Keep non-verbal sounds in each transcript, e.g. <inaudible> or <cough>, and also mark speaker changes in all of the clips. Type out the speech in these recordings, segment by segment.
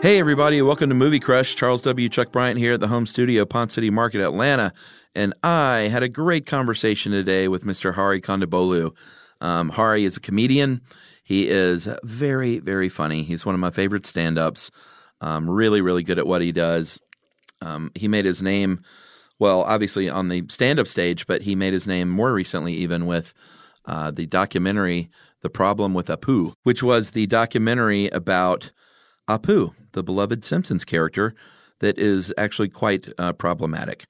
Speaker 1: Hey, everybody, welcome to Movie Crush. Charles W. Chuck Bryant here at the home studio, Pond City Market, Atlanta. And I had a great conversation today with Mr. Hari Kondabolu. Um, Hari is a comedian. He is very, very funny. He's one of my favorite stand ups. Um, really, really good at what he does. Um, he made his name, well, obviously on the stand up stage, but he made his name more recently even with uh, the documentary The Problem with Apu, which was the documentary about Apu, the beloved Simpsons character that is actually quite uh, problematic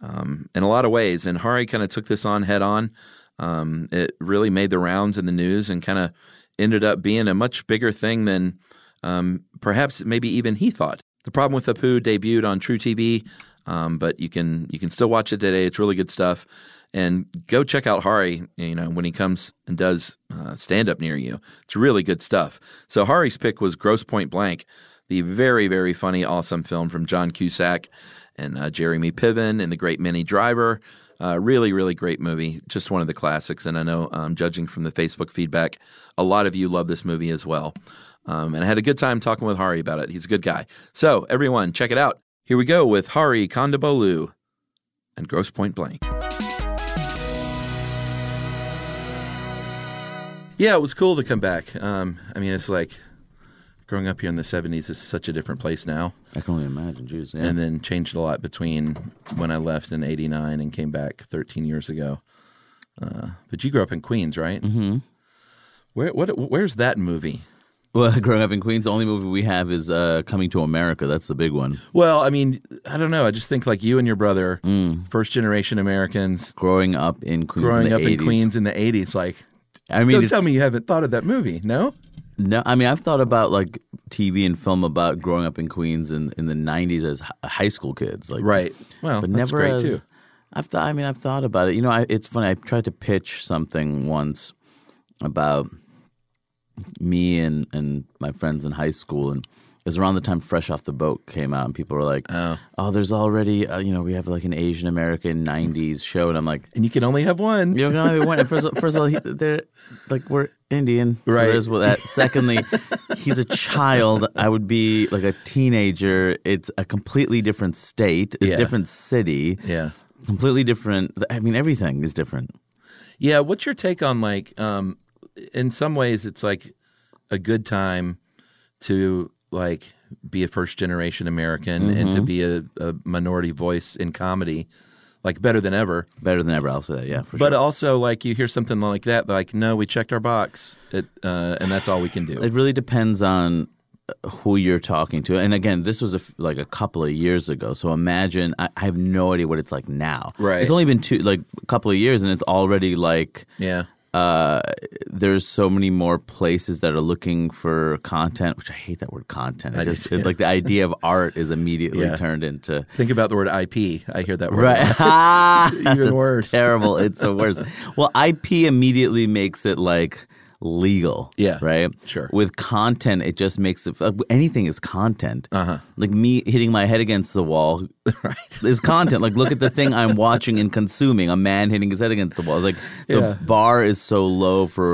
Speaker 1: um, in a lot of ways. And Hari kind of took this on head on. Um, it really made the rounds in the news and kind of ended up being a much bigger thing than um, perhaps maybe even he thought. The problem with Apu debuted on True TV, um, but you can you can still watch it today. It's really good stuff. And go check out Hari. You know when he comes and does uh, stand up near you, it's really good stuff. So Hari's pick was Gross Point Blank, the very very funny awesome film from John Cusack and uh, Jeremy Piven and the great Minnie Driver. Uh, really, really great movie. Just one of the classics. And I know, um, judging from the Facebook feedback, a lot of you love this movie as well. Um, and I had a good time talking with Hari about it. He's a good guy. So, everyone, check it out. Here we go with Hari Kondabolu and Gross Point Blank. Yeah, it was cool to come back. Um, I mean, it's like growing up here in the 70s is such a different place now.
Speaker 2: I can only imagine Jews. Yeah.
Speaker 1: and then changed a lot between when I left in '89 and came back 13 years ago. Uh, but you grew up in Queens, right? Mm-hmm. Where, what, where's that movie?
Speaker 2: well, <laughs> growing up in Queens, the only movie we have is uh, Coming to America. That's the big one.
Speaker 1: Well, I mean, I don't know. I just think like you and your brother, first generation Americans,
Speaker 2: Growing up Mm. in Queens,
Speaker 1: growing
Speaker 2: in the
Speaker 1: up
Speaker 2: 80s.
Speaker 1: in Queens in the '80s. Like,
Speaker 2: I mean,
Speaker 1: don't
Speaker 2: it's-
Speaker 1: tell me you haven't thought of that movie. No,
Speaker 2: No, I mean, I've thought about like TV and film about growing up in Queens in, in the '90s as hi- high school kids, like
Speaker 1: Well,
Speaker 2: but
Speaker 1: that's
Speaker 2: never
Speaker 1: great
Speaker 2: as-
Speaker 1: too.
Speaker 2: I've thought. I mean, I've thought about it. You know, I, it's funny. I tried to pitch something once about me and and my friends in high school, and it was around the time Fresh Off the Boat came out, and people were like, "Oh, there's already uh, you know we have like an Asian American '90s show," and I'm like.
Speaker 1: And you can only have one.
Speaker 2: You know, not even one. First, of- first of all, he, they're like we're Indian, so
Speaker 1: Right.
Speaker 2: There's what that. Secondly, he's a child. I would be like a teenager. It's a completely different state, a
Speaker 1: Yeah.
Speaker 2: different city,
Speaker 1: Yeah.
Speaker 2: completely different. I mean, everything is different.
Speaker 1: Yeah, what's your take on like um in some ways it's like a good time to like be a first generation American and
Speaker 2: Mm-hmm.
Speaker 1: to be a, a minority voice in comedy, like better than ever.
Speaker 2: Better than ever. I'll say that. Yeah, for
Speaker 1: But uh,
Speaker 2: sure.
Speaker 1: also, like you hear something like that, like no, we checked our box, it, uh, and that's all we can do.
Speaker 2: it really depends on uh, who you're talking to. And again, this was a f like a couple of years ago. So imagine I, I have no idea what it's like now.
Speaker 1: Right.
Speaker 2: It's only been two like a couple of years, and it's already like
Speaker 1: Yeah,
Speaker 2: uh, there's so many more places that are looking for content, which I hate that word content.
Speaker 1: I
Speaker 2: I
Speaker 1: do
Speaker 2: just
Speaker 1: too.
Speaker 2: it- like the idea of art is immediately
Speaker 1: <laughs> Yeah.
Speaker 2: turned into
Speaker 1: think about the word IP. I hear that word. a
Speaker 2: right. <laughs>
Speaker 1: lot. even
Speaker 2: That's
Speaker 1: worse.
Speaker 2: Terrible. It's the worst. well, IP immediately makes it like legal.
Speaker 1: Yeah,
Speaker 2: Right.
Speaker 1: sure.
Speaker 2: With content, it just makes it uh, anything is content. Uh
Speaker 1: Uh-huh.
Speaker 2: huh. Like me hitting my head against the
Speaker 1: <laughs>
Speaker 2: wall is content. Like look at the thing I'm watching and consuming. A man hitting his head against the wall. Like the
Speaker 1: Yeah.
Speaker 2: bar is so low for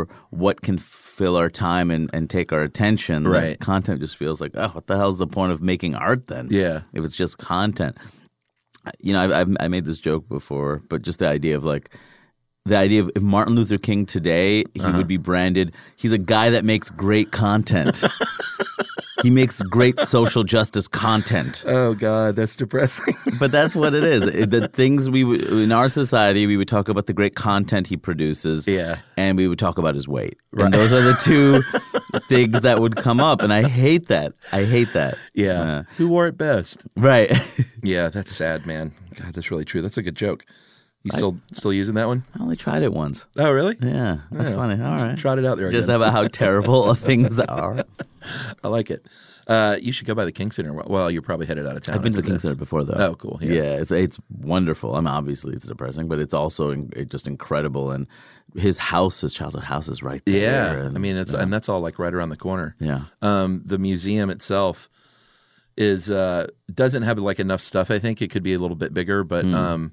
Speaker 2: what can fill our time and, and take our attention. that
Speaker 1: Right.
Speaker 2: Content just feels like oh, what the hell's the point of making art then?
Speaker 1: Yeah.
Speaker 2: If it's just content you know, I've, I've I made this joke before, but just the idea of like the idea of if Martin Luther King today, he
Speaker 1: Uh-huh.
Speaker 2: would be branded. He's a guy that makes great
Speaker 1: <laughs>
Speaker 2: content. he makes great social justice content.
Speaker 1: <laughs> Oh God, that's depressing.
Speaker 2: But that's what it is. It- the things we would in our society, we would talk about the great content he produces.
Speaker 1: Yeah.
Speaker 2: and we would talk about his weight. And those are the
Speaker 1: <laughs>
Speaker 2: two things that would come up, and I hate that. I hate that.
Speaker 1: <laughs> yeah,
Speaker 2: Uh,
Speaker 1: who wore it best?
Speaker 2: right. <laughs>
Speaker 1: Yeah, that's sad, man. God, that's really true. That's a good joke. You still still using that one?
Speaker 2: I only tried it once.
Speaker 1: Oh, really?
Speaker 2: Yeah, that's
Speaker 1: Yeah.
Speaker 2: funny. All right.
Speaker 1: Trot it out there.
Speaker 2: Just
Speaker 1: again.
Speaker 2: about
Speaker 1: <laughs>
Speaker 2: how terrible things are.
Speaker 1: I like it. Uh, you should go by the King Center. Well, you're probably headed out of town.
Speaker 2: I've been to the
Speaker 1: after
Speaker 2: King
Speaker 1: this.
Speaker 2: Center before, though.
Speaker 1: Oh, cool. Yeah.
Speaker 2: Yeah, it's it's wonderful. I mean, obviously it's depressing, but it's also in, it just incredible. And his house, his childhood house, is right there.
Speaker 1: Yeah,
Speaker 2: and-
Speaker 1: I mean, it's and that's all like right around the corner.
Speaker 2: yeah.
Speaker 1: Um, the museum itself is uh, doesn't have like enough stuff. I think it could be a little bit bigger, but um,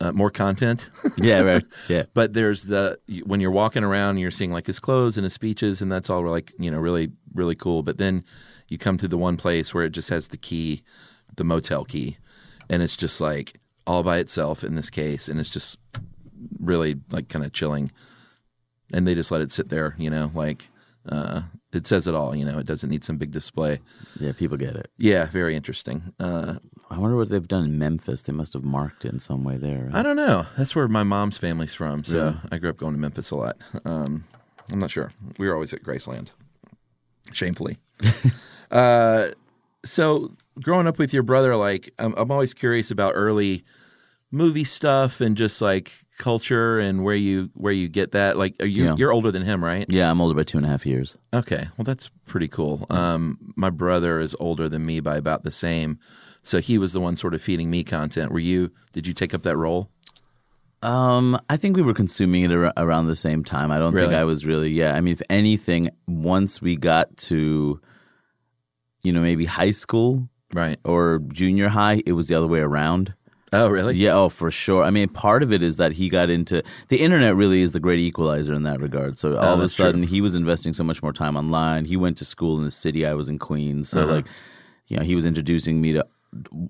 Speaker 1: uh, more content.
Speaker 2: Yeah, right. Yeah.
Speaker 1: but there's the when you're walking around, you're seeing like his clothes and his speeches, and that's all like you know really really cool. But then you come to the one place where it just has the key, the motel key, and it's just like all by itself in this case, and it's just really like kind of chilling. And they just let it sit there, you know, like uh, it says it all, you know, it doesn't need some big display.
Speaker 2: Yeah, people get it.
Speaker 1: Yeah, very interesting. Uh,
Speaker 2: I wonder what they've done in Memphis. They must have marked it in some way there. right?
Speaker 1: I don't know. That's where my mom's family's from, so I grew up going to Memphis a lot. Um, I'm not sure. We were always at Graceland,
Speaker 2: <laughs>
Speaker 1: shamefully. uh, so growing up with your brother, like I'm, I'm always curious about early movie stuff and just like culture and where you where you get that. Like are you
Speaker 2: Yeah.
Speaker 1: you're older than him, right?
Speaker 2: yeah, I'm older by two and a half years.
Speaker 1: Okay, well that's pretty cool. Um, my brother is older than me by about the same, so he was the one sort of feeding me content. Were you? Did you take up that role?
Speaker 2: Um, I think we were consuming it ar- around the same time. I don't
Speaker 1: Really?
Speaker 2: think I was really. Yeah, I mean, if anything, once we got to, you know, maybe high school
Speaker 1: Right.
Speaker 2: or junior high, it was the other way around.
Speaker 1: Oh, really?
Speaker 2: Yeah, oh, for sure. I mean, part of it is that he got into the internet. Really, is the great equalizer in that regard. So all of a
Speaker 1: Oh, that's true.
Speaker 2: sudden, he was investing so much more time online. He went to school in the city. I was in Queens. So
Speaker 1: Uh-huh.
Speaker 2: like, you know, he was introducing me to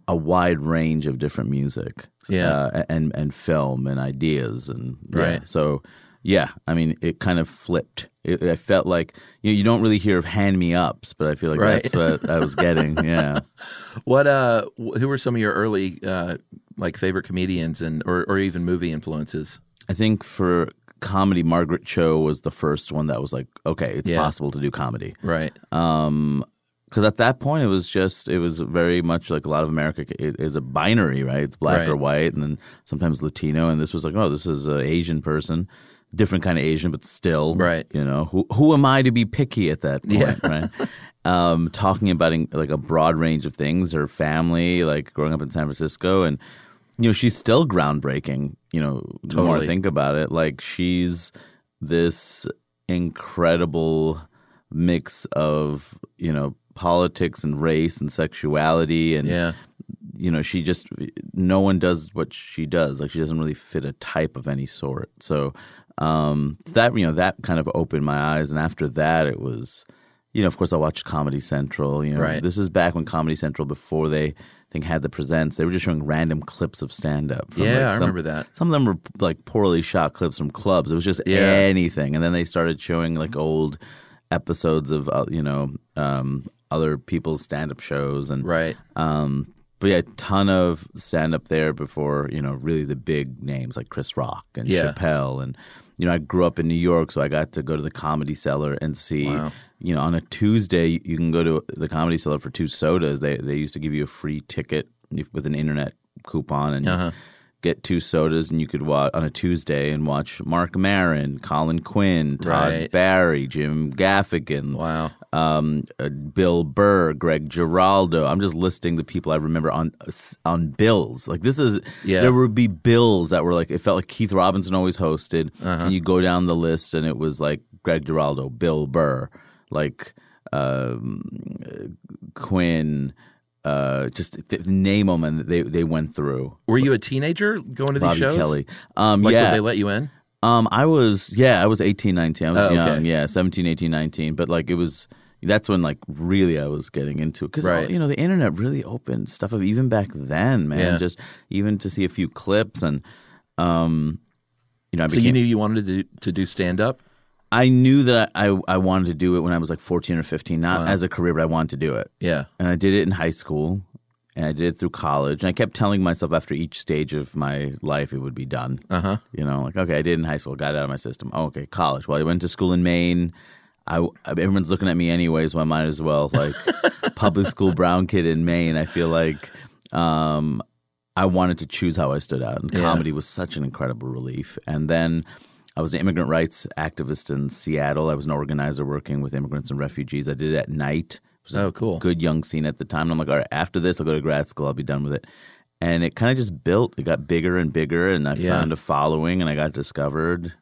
Speaker 2: a wide range of different music,
Speaker 1: Yeah.
Speaker 2: uh, and and film and ideas and yeah.
Speaker 1: Right.
Speaker 2: So. Yeah, I mean, it kind of flipped. It, I felt like you know, you don't really hear of hand me ups, but I feel like
Speaker 1: Right.
Speaker 2: that's what I was getting.
Speaker 1: <laughs>
Speaker 2: Yeah.
Speaker 1: What uh wh- who were some of your early uh like favorite comedians and or, or even movie influences?
Speaker 2: I think for comedy, Margaret Cho was the first one that was like, okay, it's
Speaker 1: Yeah.
Speaker 2: possible to do comedy.
Speaker 1: Right.
Speaker 2: Um, because at that point, it was just it was very much like a lot of America it is a binary, right? It's black
Speaker 1: Right.
Speaker 2: or white, and then sometimes Latino. And this was like, oh, this is an Asian person, different kind of Asian, but still,
Speaker 1: Right.
Speaker 2: You know, who who am I to be picky at that point,
Speaker 1: Yeah. <laughs>
Speaker 2: right? Um, talking about like a broad range of things, her family, like growing up in San Francisco, and you know, she's still groundbreaking. You know, the more I
Speaker 1: Totally.
Speaker 2: think about it, like she's this incredible mix of you know politics and race and sexuality and
Speaker 1: Yeah.
Speaker 2: you know she just no one does what she does like she doesn't really fit a type of any sort so um that you know that kind of opened my eyes and after that it was you know of course i watched comedy central you know
Speaker 1: Right.
Speaker 2: this is back when comedy central before they I think had the presents they were just showing random clips of stand up
Speaker 1: Yeah, I remember that.
Speaker 2: some of them were like poorly shot clips from clubs. It was just
Speaker 1: Yeah.
Speaker 2: anything, and then they started showing like old episodes of uh, you know um, other people's stand up shows and
Speaker 1: Right.
Speaker 2: Um, but yeah, a ton of stand up there before you know really the big names like Chris Rock and
Speaker 1: Yeah.
Speaker 2: Chappelle and you know I grew up in New York, so I got to go to the Comedy Cellar and see you know on a Tuesday you- you can go to the Comedy Cellar for two sodas. They they used to give you a free ticket if- with an internet coupon and.
Speaker 1: Uh-huh.
Speaker 2: Get two sodas, and you could watch on a Tuesday and watch Mark Maron, Colin Quinn, Todd
Speaker 1: Right.
Speaker 2: Barry, Jim Gaffigan,
Speaker 1: Wow.
Speaker 2: um, uh, Bill Burr, Greg Giraldo. I'm just listing the people I remember on uh, on bills. Like this is
Speaker 1: Yeah.
Speaker 2: there would be bills that were like it felt like Keith Robinson always hosted,
Speaker 1: Uh-huh.
Speaker 2: and you go down the list and it was like Greg Giraldo, Bill Burr, like um, uh, Quinn. Uh, just th- name them, and they they went through
Speaker 1: Were you a teenager going to these
Speaker 2: Bobby
Speaker 1: shows?
Speaker 2: Kelly. Um,
Speaker 1: Like,
Speaker 2: yeah,
Speaker 1: would they let you in?
Speaker 2: um, I was yeah, I was 18, 19. I was
Speaker 1: Oh, okay.
Speaker 2: young, yeah, 17, 18, 19. But like it was that's when like really I was getting into it because
Speaker 1: Right.
Speaker 2: you know the internet really opened stuff up even back then, man.
Speaker 1: Yeah.
Speaker 2: Just even to see a few clips and um, you know, I
Speaker 1: So
Speaker 2: became,
Speaker 1: you knew you wanted to do, to do stand up?
Speaker 2: I knew that I I wanted to do it when I was like fourteen or fifteen, not as a career, but I wanted to do it
Speaker 1: Yeah.
Speaker 2: and I did it in high school and I did it through college. And I kept telling myself after each stage of my life it would be done.
Speaker 1: Uh-huh.
Speaker 2: You know, like, okay, I did it in high school, got it out of my system. Oh, okay, college. Well, I went to school in Maine. I, I- everyone's looking at me anyway, so I might as well,
Speaker 1: <laughs>
Speaker 2: like, public school brown kid in Maine. I feel like um, I wanted to choose how I stood out. And
Speaker 1: Yeah.
Speaker 2: comedy was such an incredible relief. And then I was an immigrant rights activist in Seattle. I was an organizer working with immigrants and refugees. I did it at night. It was a
Speaker 1: Oh, cool.
Speaker 2: good young scene at the time. And I'm like, all right, after this, I'll go to grad school. I'll be done with it. And it kind of just built. It got bigger and bigger, and I
Speaker 1: Yeah.
Speaker 2: found a following, and I got discovered.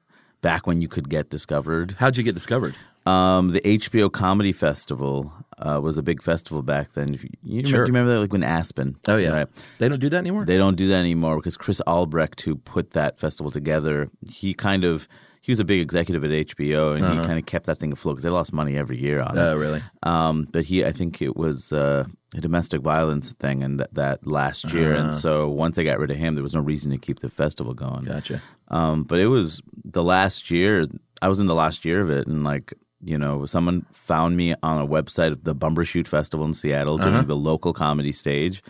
Speaker 2: Back when you could get discovered,
Speaker 1: How'd you get discovered?
Speaker 2: um, the HBO Comedy Festival uh, was a big festival back then. If you, you
Speaker 1: Sure.
Speaker 2: remember, do you remember that, like when Aspen?
Speaker 1: Oh, yeah.
Speaker 2: right?
Speaker 1: They don't do that anymore?
Speaker 2: They don't do that anymore because Chris Albrecht, who put that festival together, he kind of he was a big executive at HBO, and
Speaker 1: Uh-huh.
Speaker 2: he kind of kept that thing afloat because they lost money every year on it.
Speaker 1: oh, really?
Speaker 2: Um, but he, I think it was uh, a domestic violence thing, and that, that last year. And so once they got rid of him, there was no reason to keep the festival going.
Speaker 1: Gotcha.
Speaker 2: Um, but it was the last year. I was in the last year of it, and like you know, someone found me on a website of the Bumbershoot Festival in Seattle doing
Speaker 1: Uh-huh.
Speaker 2: the local comedy stage.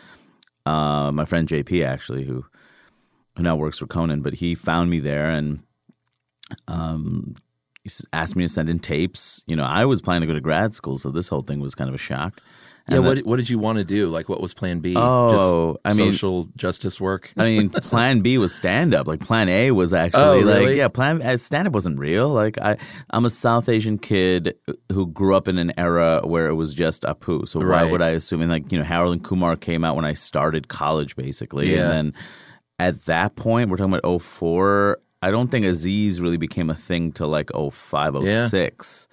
Speaker 2: Uh, my friend JP actually, who who now works for Conan, but he found me there and um, he s- asked me to send in tapes. You know, I was planning to go to grad school, so this whole thing was kind of a shock.
Speaker 1: Yeah,
Speaker 2: And
Speaker 1: what, what did you want to do? Like, what was plan B?
Speaker 2: Oh,
Speaker 1: Just
Speaker 2: I mean-
Speaker 1: social justice work? <laughs>
Speaker 2: I mean, Plan B was stand up. Like Plan A was actually
Speaker 1: Oh, really?
Speaker 2: like yeah, Plan stand up wasn't real. Like I, I'm a South Asian kid who grew up in an era where it was just Apu. So
Speaker 1: Right.
Speaker 2: why would I assume? And like you know, Harold and Kumar came out when I started college, basically,
Speaker 1: Yeah.
Speaker 2: and then at that point, we're talking about 04. I don't think Aziz really became a thing till like 05, 06.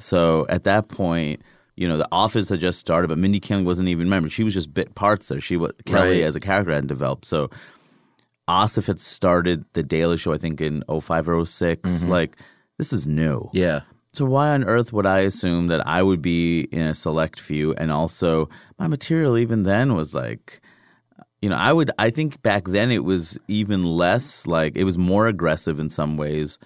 Speaker 2: So at that point, you know, the office had just started, but Mindy Kaling wasn't even remember. She was just bit parts there. She was Kelly
Speaker 1: Right.
Speaker 2: as a character hadn't developed. So Asif had started the Daily Show, I think, in 05 or 6. Like, this is new.
Speaker 1: Yeah.
Speaker 2: So why on earth would I assume that I would be in a select few? And also, my material even then was like, you know, I would. I think back then it was even less like it was more aggressive in some ways,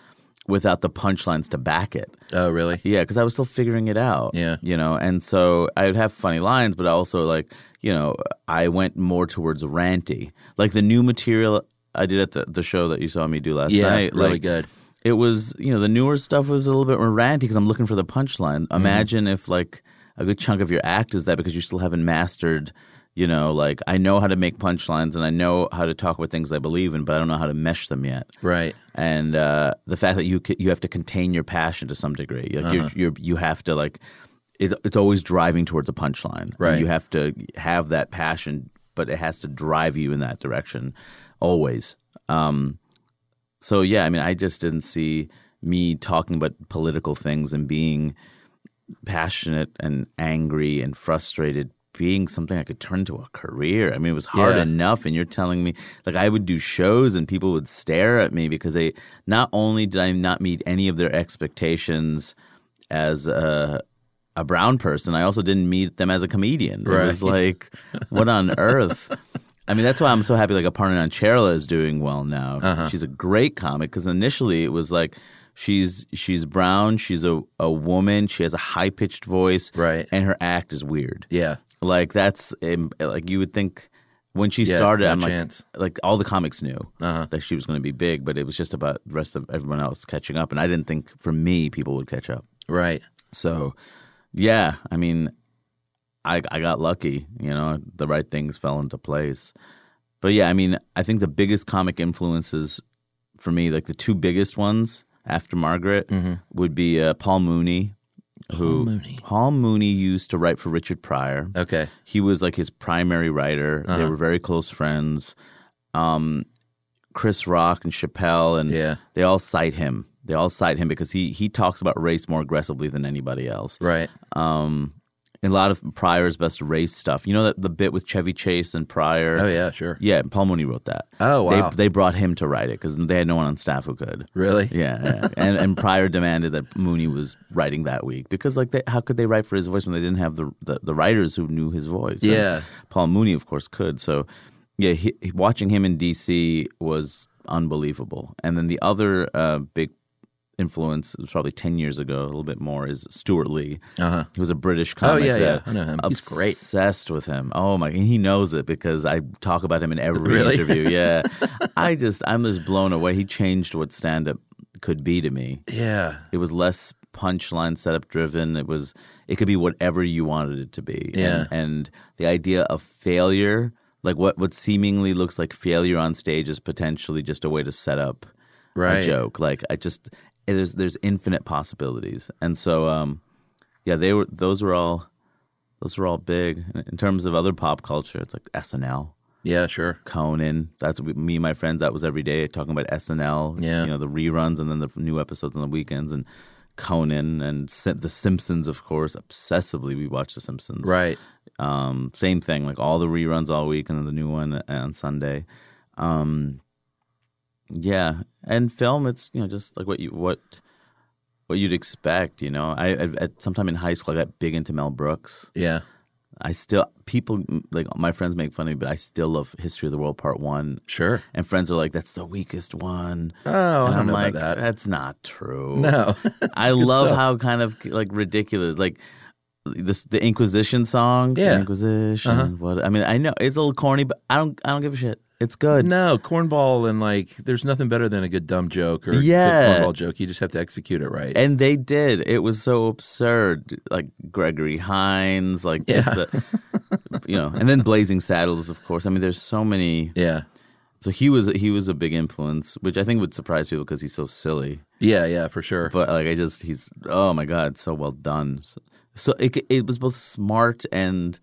Speaker 2: without the punchlines to back it.
Speaker 1: Oh, really?
Speaker 2: Yeah, because I was still figuring it out.
Speaker 1: Yeah.
Speaker 2: You know, and so I would have funny lines, but I also like, you know, I went more towards ranty. Like the new material I did at the, the show that you saw me do last
Speaker 1: Yeah,
Speaker 2: night.
Speaker 1: really
Speaker 2: like,
Speaker 1: good.
Speaker 2: It was, you know, the newer stuff was a little bit more ranty because I'm looking for the punchline.
Speaker 1: Mm-hmm.
Speaker 2: Imagine if like a good chunk of your act is that because you still haven't mastered. You know, like I know how to make punchlines and I know how to talk about things I believe in, but I don't know how to mesh them yet
Speaker 1: Right.
Speaker 2: and uh, the fact that you c- you have to contain your passion to some degree. Like you're, you're, you have to like it, it's always driving towards a punchline.
Speaker 1: Right.
Speaker 2: You have to have that passion, but it has to drive you in that direction always. Um, so yeah, I mean, I just didn't see me talking about political things and being passionate and angry and frustrated being something I could turn to a career. I mean, it was hard
Speaker 1: Yeah.
Speaker 2: enough. And you're telling me, like, I would do shows and people would stare at me because they not only did I not meet any of their expectations as a, a brown person, I also didn't meet them as a comedian. It was
Speaker 1: Right.
Speaker 2: like, what on
Speaker 1: <laughs>
Speaker 2: earth? I mean, that's why I'm so
Speaker 1: Uh-huh.
Speaker 2: happy. Like, Aparna Nancherla is doing well now. She's a great comic because initially it was like, She's she's brown. She's a, a woman. She has a high pitched voice,
Speaker 1: Right.
Speaker 2: And her act is weird.
Speaker 1: Yeah.
Speaker 2: Like that's um, like you would think when she
Speaker 1: Yeah,
Speaker 2: started.
Speaker 1: no
Speaker 2: I'm like,
Speaker 1: chance.
Speaker 2: like all the comics knew
Speaker 1: Uh-huh.
Speaker 2: that she was going to be big, but it was just about the rest of everyone else catching up. And I didn't think for me people would catch up.
Speaker 1: Right.
Speaker 2: So, yeah, I mean, I I got lucky. You know, the right things fell into place. But yeah, I mean, I think the biggest comic influences for me, like the two biggest ones after Margaret, would be uh, Paul Mooney, who Paul Mooney. used to write for Richard Pryor.
Speaker 1: Okay.
Speaker 2: He was like his primary writer. They
Speaker 1: Uh-huh.
Speaker 2: were very close friends. Um, Chris Rock and Chappelle and
Speaker 1: Yeah.
Speaker 2: they all cite him. They all cite him because he he talks about race more aggressively than anybody else.
Speaker 1: Right.
Speaker 2: Um, and a lot of Pryor's best race stuff. You know that the bit with Chevy Chase and Pryor.
Speaker 1: Oh yeah. Sure.
Speaker 2: yeah. Paul Mooney wrote that.
Speaker 1: Oh, wow.
Speaker 2: They, they brought him to write it because they had no one on staff who could.
Speaker 1: Really?
Speaker 2: <laughs> Yeah, yeah. and and Pryor demanded that Mooney was writing that week because like they, how could they write for his voice when they didn't have the the, the writers who knew his voice? And
Speaker 1: Yeah.
Speaker 2: Paul Mooney of course could. So yeah, he, he- watching him in DC was unbelievable. And then the other uh, big influence it was probably 10 years ago a little bit more is Stuart Lee
Speaker 1: Uh-huh.
Speaker 2: he was a British comic
Speaker 1: yeah, yeah.
Speaker 2: that
Speaker 1: I know him. He's great.
Speaker 2: obsessed with him oh my and he knows it because I talk about him in every
Speaker 1: <laughs> Really?
Speaker 2: interview
Speaker 1: <laughs>
Speaker 2: yeah I just I'm just blown away he changed what stand up could be to me
Speaker 1: Yeah.
Speaker 2: it was less punchline setup driven it was it could be whatever you wanted it to be
Speaker 1: Yeah.
Speaker 2: and, and the idea of failure like what what seemingly looks like failure on stage is potentially just a way to set up
Speaker 1: Right.
Speaker 2: a joke like i just there's there's infinite possibilities and so um yeah they were those were all those were all big in terms of other pop culture it's like snl
Speaker 1: Yeah. Sure.
Speaker 2: Conan. That's what we- me and my friends. That was every day talking about SNL.
Speaker 1: Yeah.
Speaker 2: you know the reruns and then the new episodes on the weekends and Conan and Sim- the Simpsons, of course. Obsessively, we watched the Simpsons.
Speaker 1: Right.
Speaker 2: Um, same thing, like all the reruns all week and then the new one on Sunday. Um, yeah, and film. It's you know just like what you what what you'd expect. You know, I, I at sometime in high school I got big into Mel Brooks.
Speaker 1: Yeah.
Speaker 2: I still people like my friends make fun of me, but I still love History of the World Part One.
Speaker 1: Sure.
Speaker 2: And friends are like, "That's the weakest one."
Speaker 1: Oh, I
Speaker 2: and
Speaker 1: don't
Speaker 2: I'm
Speaker 1: know
Speaker 2: like,
Speaker 1: about that.
Speaker 2: "That's not true."
Speaker 1: <laughs> No.
Speaker 2: I love how kind of like ridiculous, like this the Inquisition song. The
Speaker 1: Yeah. Uh-huh.
Speaker 2: Inquisition. What I mean, I know it's a little corny, but I don't, I don't give a shit. It's good.
Speaker 1: No, cornball and like there's nothing better than a good dumb joke or
Speaker 2: Yeah.
Speaker 1: good cornball joke. You just have to execute it right.
Speaker 2: And they did. It was so absurd. Like Gregory Hines, like just
Speaker 1: Yeah.
Speaker 2: the, you know, and then Blazing Saddles, of course. I mean, there's so many.
Speaker 1: yeah.
Speaker 2: So he was he was a big influence, which I think would surprise people because he's so silly.
Speaker 1: Yeah, yeah, for sure.
Speaker 2: But like I just he's oh my god, so well done. So, so it it was both smart and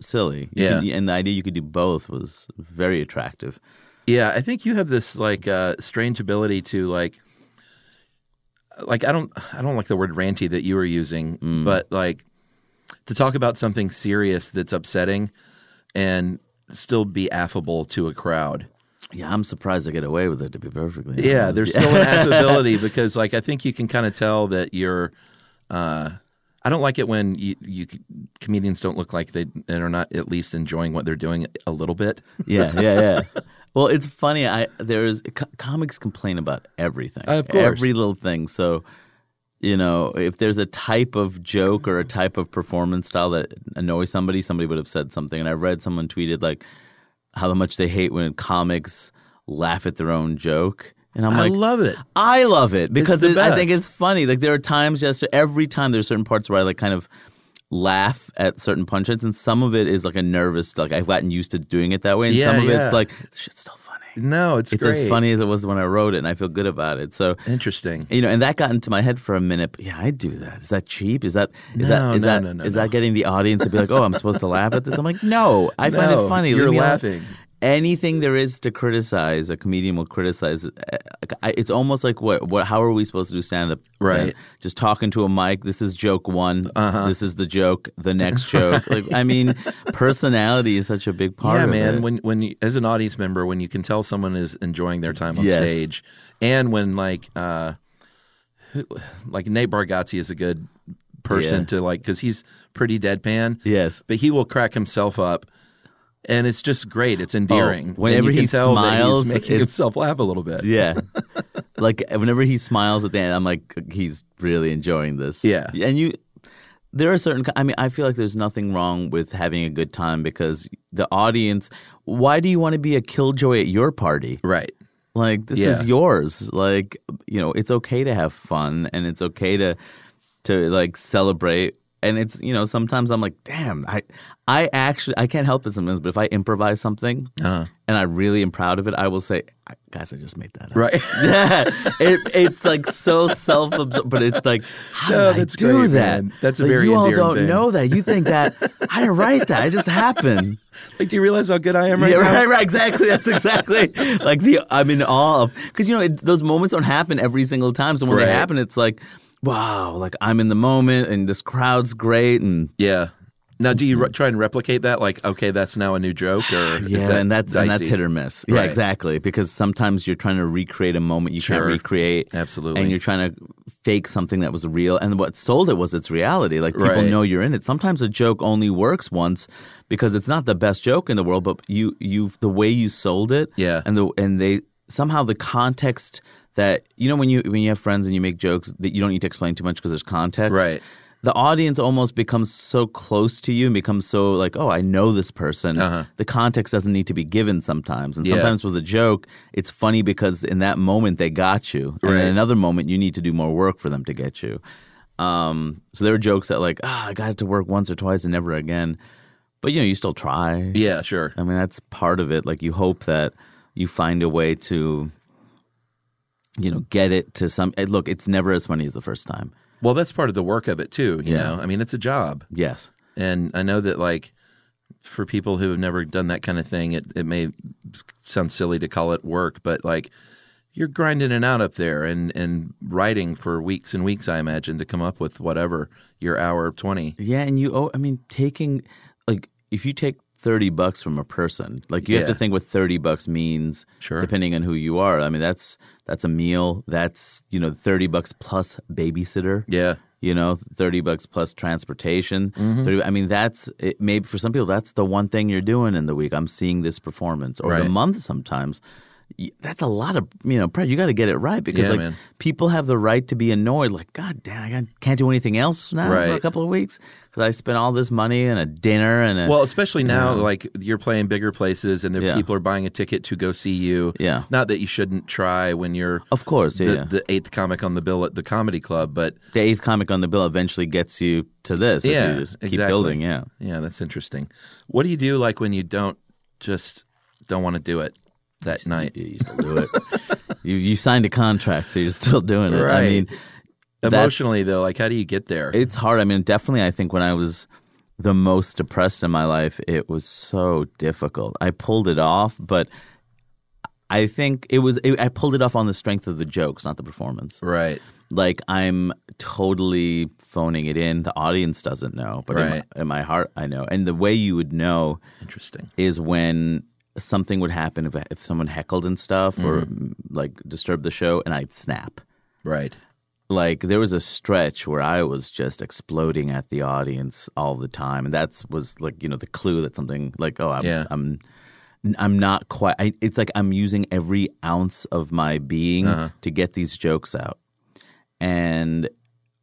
Speaker 2: silly. You
Speaker 1: Yeah.
Speaker 2: could- and the idea you could do both was very attractive.
Speaker 1: yeah, I think you have this like uh strange ability to like like I don't I don't like the word ranty that you were using,
Speaker 2: Mm.
Speaker 1: but like to talk about something serious that's upsetting and still be affable to a crowd.
Speaker 2: Yeah, I'm surprised I get away with it to be perfectly. honest. <laughs>
Speaker 1: Yeah, there's still an affability because, like, I think you can kind of tell that you're. Uh, I don't like it when you, you comedians don't look like they they are not at least enjoying what they're doing a little bit.
Speaker 2: yeah, yeah, yeah. Well, it's funny. I there's co- comics complain about everything,
Speaker 1: Of course.
Speaker 2: every little thing. So, you know, if there's a type of joke or a type of performance style that annoys somebody, somebody would have said something. And I read someone tweeted like how much they hate when comics laugh at their own joke, and I'm
Speaker 1: I
Speaker 2: <laughs> like,
Speaker 1: love it.
Speaker 2: I love it because
Speaker 1: the
Speaker 2: it- I think
Speaker 1: best.
Speaker 2: it's funny. Like there are times, yes, every time there's certain parts where I like kind of laugh at certain punchlines, and some of it is like a nervous, like I've gotten used to doing it that way, and
Speaker 1: Yeah,
Speaker 2: some of
Speaker 1: yeah.
Speaker 2: it's like shit's still funny.
Speaker 1: No, it's,
Speaker 2: It's
Speaker 1: great.
Speaker 2: as funny as it was when I wrote it, and I feel good about it. So
Speaker 1: Interesting.
Speaker 2: you know, and that got into my head for a minute. But yeah, I do that. Is that cheap? Is that is
Speaker 1: No,
Speaker 2: that is
Speaker 1: no,
Speaker 2: that
Speaker 1: no, no,
Speaker 2: is
Speaker 1: no.
Speaker 2: that getting the audience to be like, oh, I'm supposed to laugh at this? I'm like, no, I find
Speaker 1: No,
Speaker 2: it funny. Leave
Speaker 1: you're
Speaker 2: me alone.
Speaker 1: laughing.
Speaker 2: Anything there is to criticize, a comedian will criticize. uh, I- It's almost like what? What? How are we supposed to do stand up?
Speaker 1: Right. Uh-huh.
Speaker 2: Just talking to a mic. This is joke one. This is the joke. The next joke. Like, I
Speaker 1: <laughs>
Speaker 2: mean, personality is such a big part.
Speaker 1: yeah,
Speaker 2: of
Speaker 1: man.
Speaker 2: It.
Speaker 1: When when you, as an audience member, when you can tell someone is enjoying their time on
Speaker 2: Yes.
Speaker 1: stage, and when like uh, who- like Nate Bargatze is a good person
Speaker 2: Yeah.
Speaker 1: to like because he's pretty deadpan.
Speaker 2: yes.
Speaker 1: but he will crack himself up, and it's just great. It's endearing.
Speaker 2: Oh, whenever
Speaker 1: And you
Speaker 2: he
Speaker 1: can tell that
Speaker 2: smiles,
Speaker 1: he's making
Speaker 2: it's-
Speaker 1: himself laugh a little bit.
Speaker 2: Yeah. like whenever he smiles at the end, I'm like, he's really enjoying this.
Speaker 1: Yeah.
Speaker 2: and you, there are certain. I mean, I feel like there's nothing wrong with having a good time because the audience. Why do you want to be a killjoy at your party?
Speaker 1: Right.
Speaker 2: Like this
Speaker 1: Yeah.
Speaker 2: is yours. Like you know, it's okay to have fun and it's okay to to like celebrate. And it's you know sometimes I'm like, damn, I I actually I can't help it sometimes. But if I improvise something
Speaker 1: Uh-huh.
Speaker 2: and I really am proud of it, I will say, "I- guys, I just made that up.
Speaker 1: Right. <laughs>
Speaker 2: Yeah, <laughs> it, it's like so self absorbed, but it's like, how
Speaker 1: No,
Speaker 2: did
Speaker 1: that's
Speaker 2: I do
Speaker 1: great,
Speaker 2: that?
Speaker 1: man. That's a
Speaker 2: Like,
Speaker 1: very
Speaker 2: you all
Speaker 1: endearing
Speaker 2: don't
Speaker 1: thing.
Speaker 2: know that. You think that I didn't write that. It just
Speaker 1: <laughs>
Speaker 2: happened.
Speaker 1: Like, do you realize how good I am right
Speaker 2: yeah,
Speaker 1: now?
Speaker 2: right, right, exactly. That's exactly like the I'm in awe of because you know it, those moments don't happen every single time. So when
Speaker 1: Right.
Speaker 2: they happen, it's like, wow, like I'm in the moment, and this crowd's great, and
Speaker 1: Yeah. Now, do you re- try and replicate that? Like, okay, that's now a new joke, or
Speaker 2: <sighs>
Speaker 1: is
Speaker 2: Mm-hmm. yeah,
Speaker 1: that
Speaker 2: and that's and that's
Speaker 1: dicey?
Speaker 2: hit or miss. Yeah,
Speaker 1: Right.
Speaker 2: exactly. Because sometimes you're trying to recreate a moment you
Speaker 1: Sure.
Speaker 2: can't recreate,
Speaker 1: Absolutely.
Speaker 2: and you're trying to fake something that was real. And what sold it was its reality. Like people
Speaker 1: Right.
Speaker 2: know you're in it. Sometimes a joke only works once because it's not the best joke in the world, but you you the way you sold it,
Speaker 1: Yeah.
Speaker 2: and the and they somehow the context that you know when you when you have friends and you make jokes that you don't need to explain too much because there's context,
Speaker 1: Right.
Speaker 2: the audience almost becomes so close to you and becomes so like, oh, I know this person. The context doesn't need to be given sometimes. And
Speaker 1: Uh-huh. Yeah.
Speaker 2: sometimes with a joke, it's funny because in that moment they got you. And
Speaker 1: Right.
Speaker 2: in another moment, you need to do more work for them to get you. Um, so there are jokes that like, ah, I got it to work once or twice and never again. But you know, you still try.
Speaker 1: Yeah, sure.
Speaker 2: I mean, that's part of it. Like you hope that you find a way to, you know, get it to some. eh, Look, it's never as funny as the first time.
Speaker 1: Well, that's part of the work of it too. You
Speaker 2: Yeah.
Speaker 1: know, I mean, it's a job,
Speaker 2: Yes.
Speaker 1: and I know that like for people who have never done that kind of thing, it it may sound silly to call it work, but like you're grinding it out up there and and writing for weeks and weeks, I imagine, to come up with whatever your hour of twenty.
Speaker 2: Yeah, and you owe. I mean, taking like if you take thirty bucks from a person, like you have to
Speaker 1: Yeah.
Speaker 2: think what thirty bucks means,
Speaker 1: Sure.
Speaker 2: depending on who you are. I mean, that's that's a meal. That's you know thirty bucks plus babysitter.
Speaker 1: Yeah.
Speaker 2: You know, thirty bucks plus transportation.
Speaker 1: Mm-hmm.
Speaker 2: 30, I mean, that's it, maybe for some people that's the one thing you're doing in the week. I'm seeing this performance or the
Speaker 1: Right.
Speaker 2: month sometimes. Y- That's a lot of you know. pressure. You got to get it right because
Speaker 1: Yeah,
Speaker 2: like
Speaker 1: man.
Speaker 2: people have the right to be annoyed. Like, God damn, I got- can't do anything else now for
Speaker 1: Right.
Speaker 2: a couple of weeks because I spent all this money and a dinner and a
Speaker 1: Well, especially now, like you're playing bigger places, and the
Speaker 2: Yeah.
Speaker 1: people are buying a ticket to go see you.
Speaker 2: Yeah.
Speaker 1: Not that you shouldn't try when you're,
Speaker 2: of course, yeah,
Speaker 1: the,
Speaker 2: yeah. the,
Speaker 1: the eighth comic on the bill at the comedy club, but
Speaker 2: eighth comic on the bill eventually gets you to this. if
Speaker 1: Yeah,
Speaker 2: you just keep
Speaker 1: exactly.
Speaker 2: building. Yeah,
Speaker 1: yeah, that's interesting. What do you do like when you don't just don't want to do it that night?
Speaker 2: you, you still do it. <laughs> you you signed a contract, so you're still doing it. I
Speaker 1: Right.
Speaker 2: mean, that's-
Speaker 1: Emotionally, though, like how do you get there?
Speaker 2: It's hard. I mean, definitely, I think when I was the most depressed in my life, it was so difficult. I pulled it off, but I think it was, it, I pulled it off on the strength of the jokes, not the performance.
Speaker 1: right.
Speaker 2: Like, I'm totally phoning it in. The audience doesn't know, but in,
Speaker 1: Right.
Speaker 2: my, in my heart, I know. And the way you would know
Speaker 1: Interesting.
Speaker 2: is when something would happen if, if someone heckled and stuff or like disturbed the show, and I'd snap
Speaker 1: Right.
Speaker 2: like there was a stretch where I was just exploding at the audience all the time, and that's was like you know the clue that something like oh I'm
Speaker 1: Yeah.
Speaker 2: I'm I'm not quite. I, it's like I'm using every ounce of my being to get these jokes out, and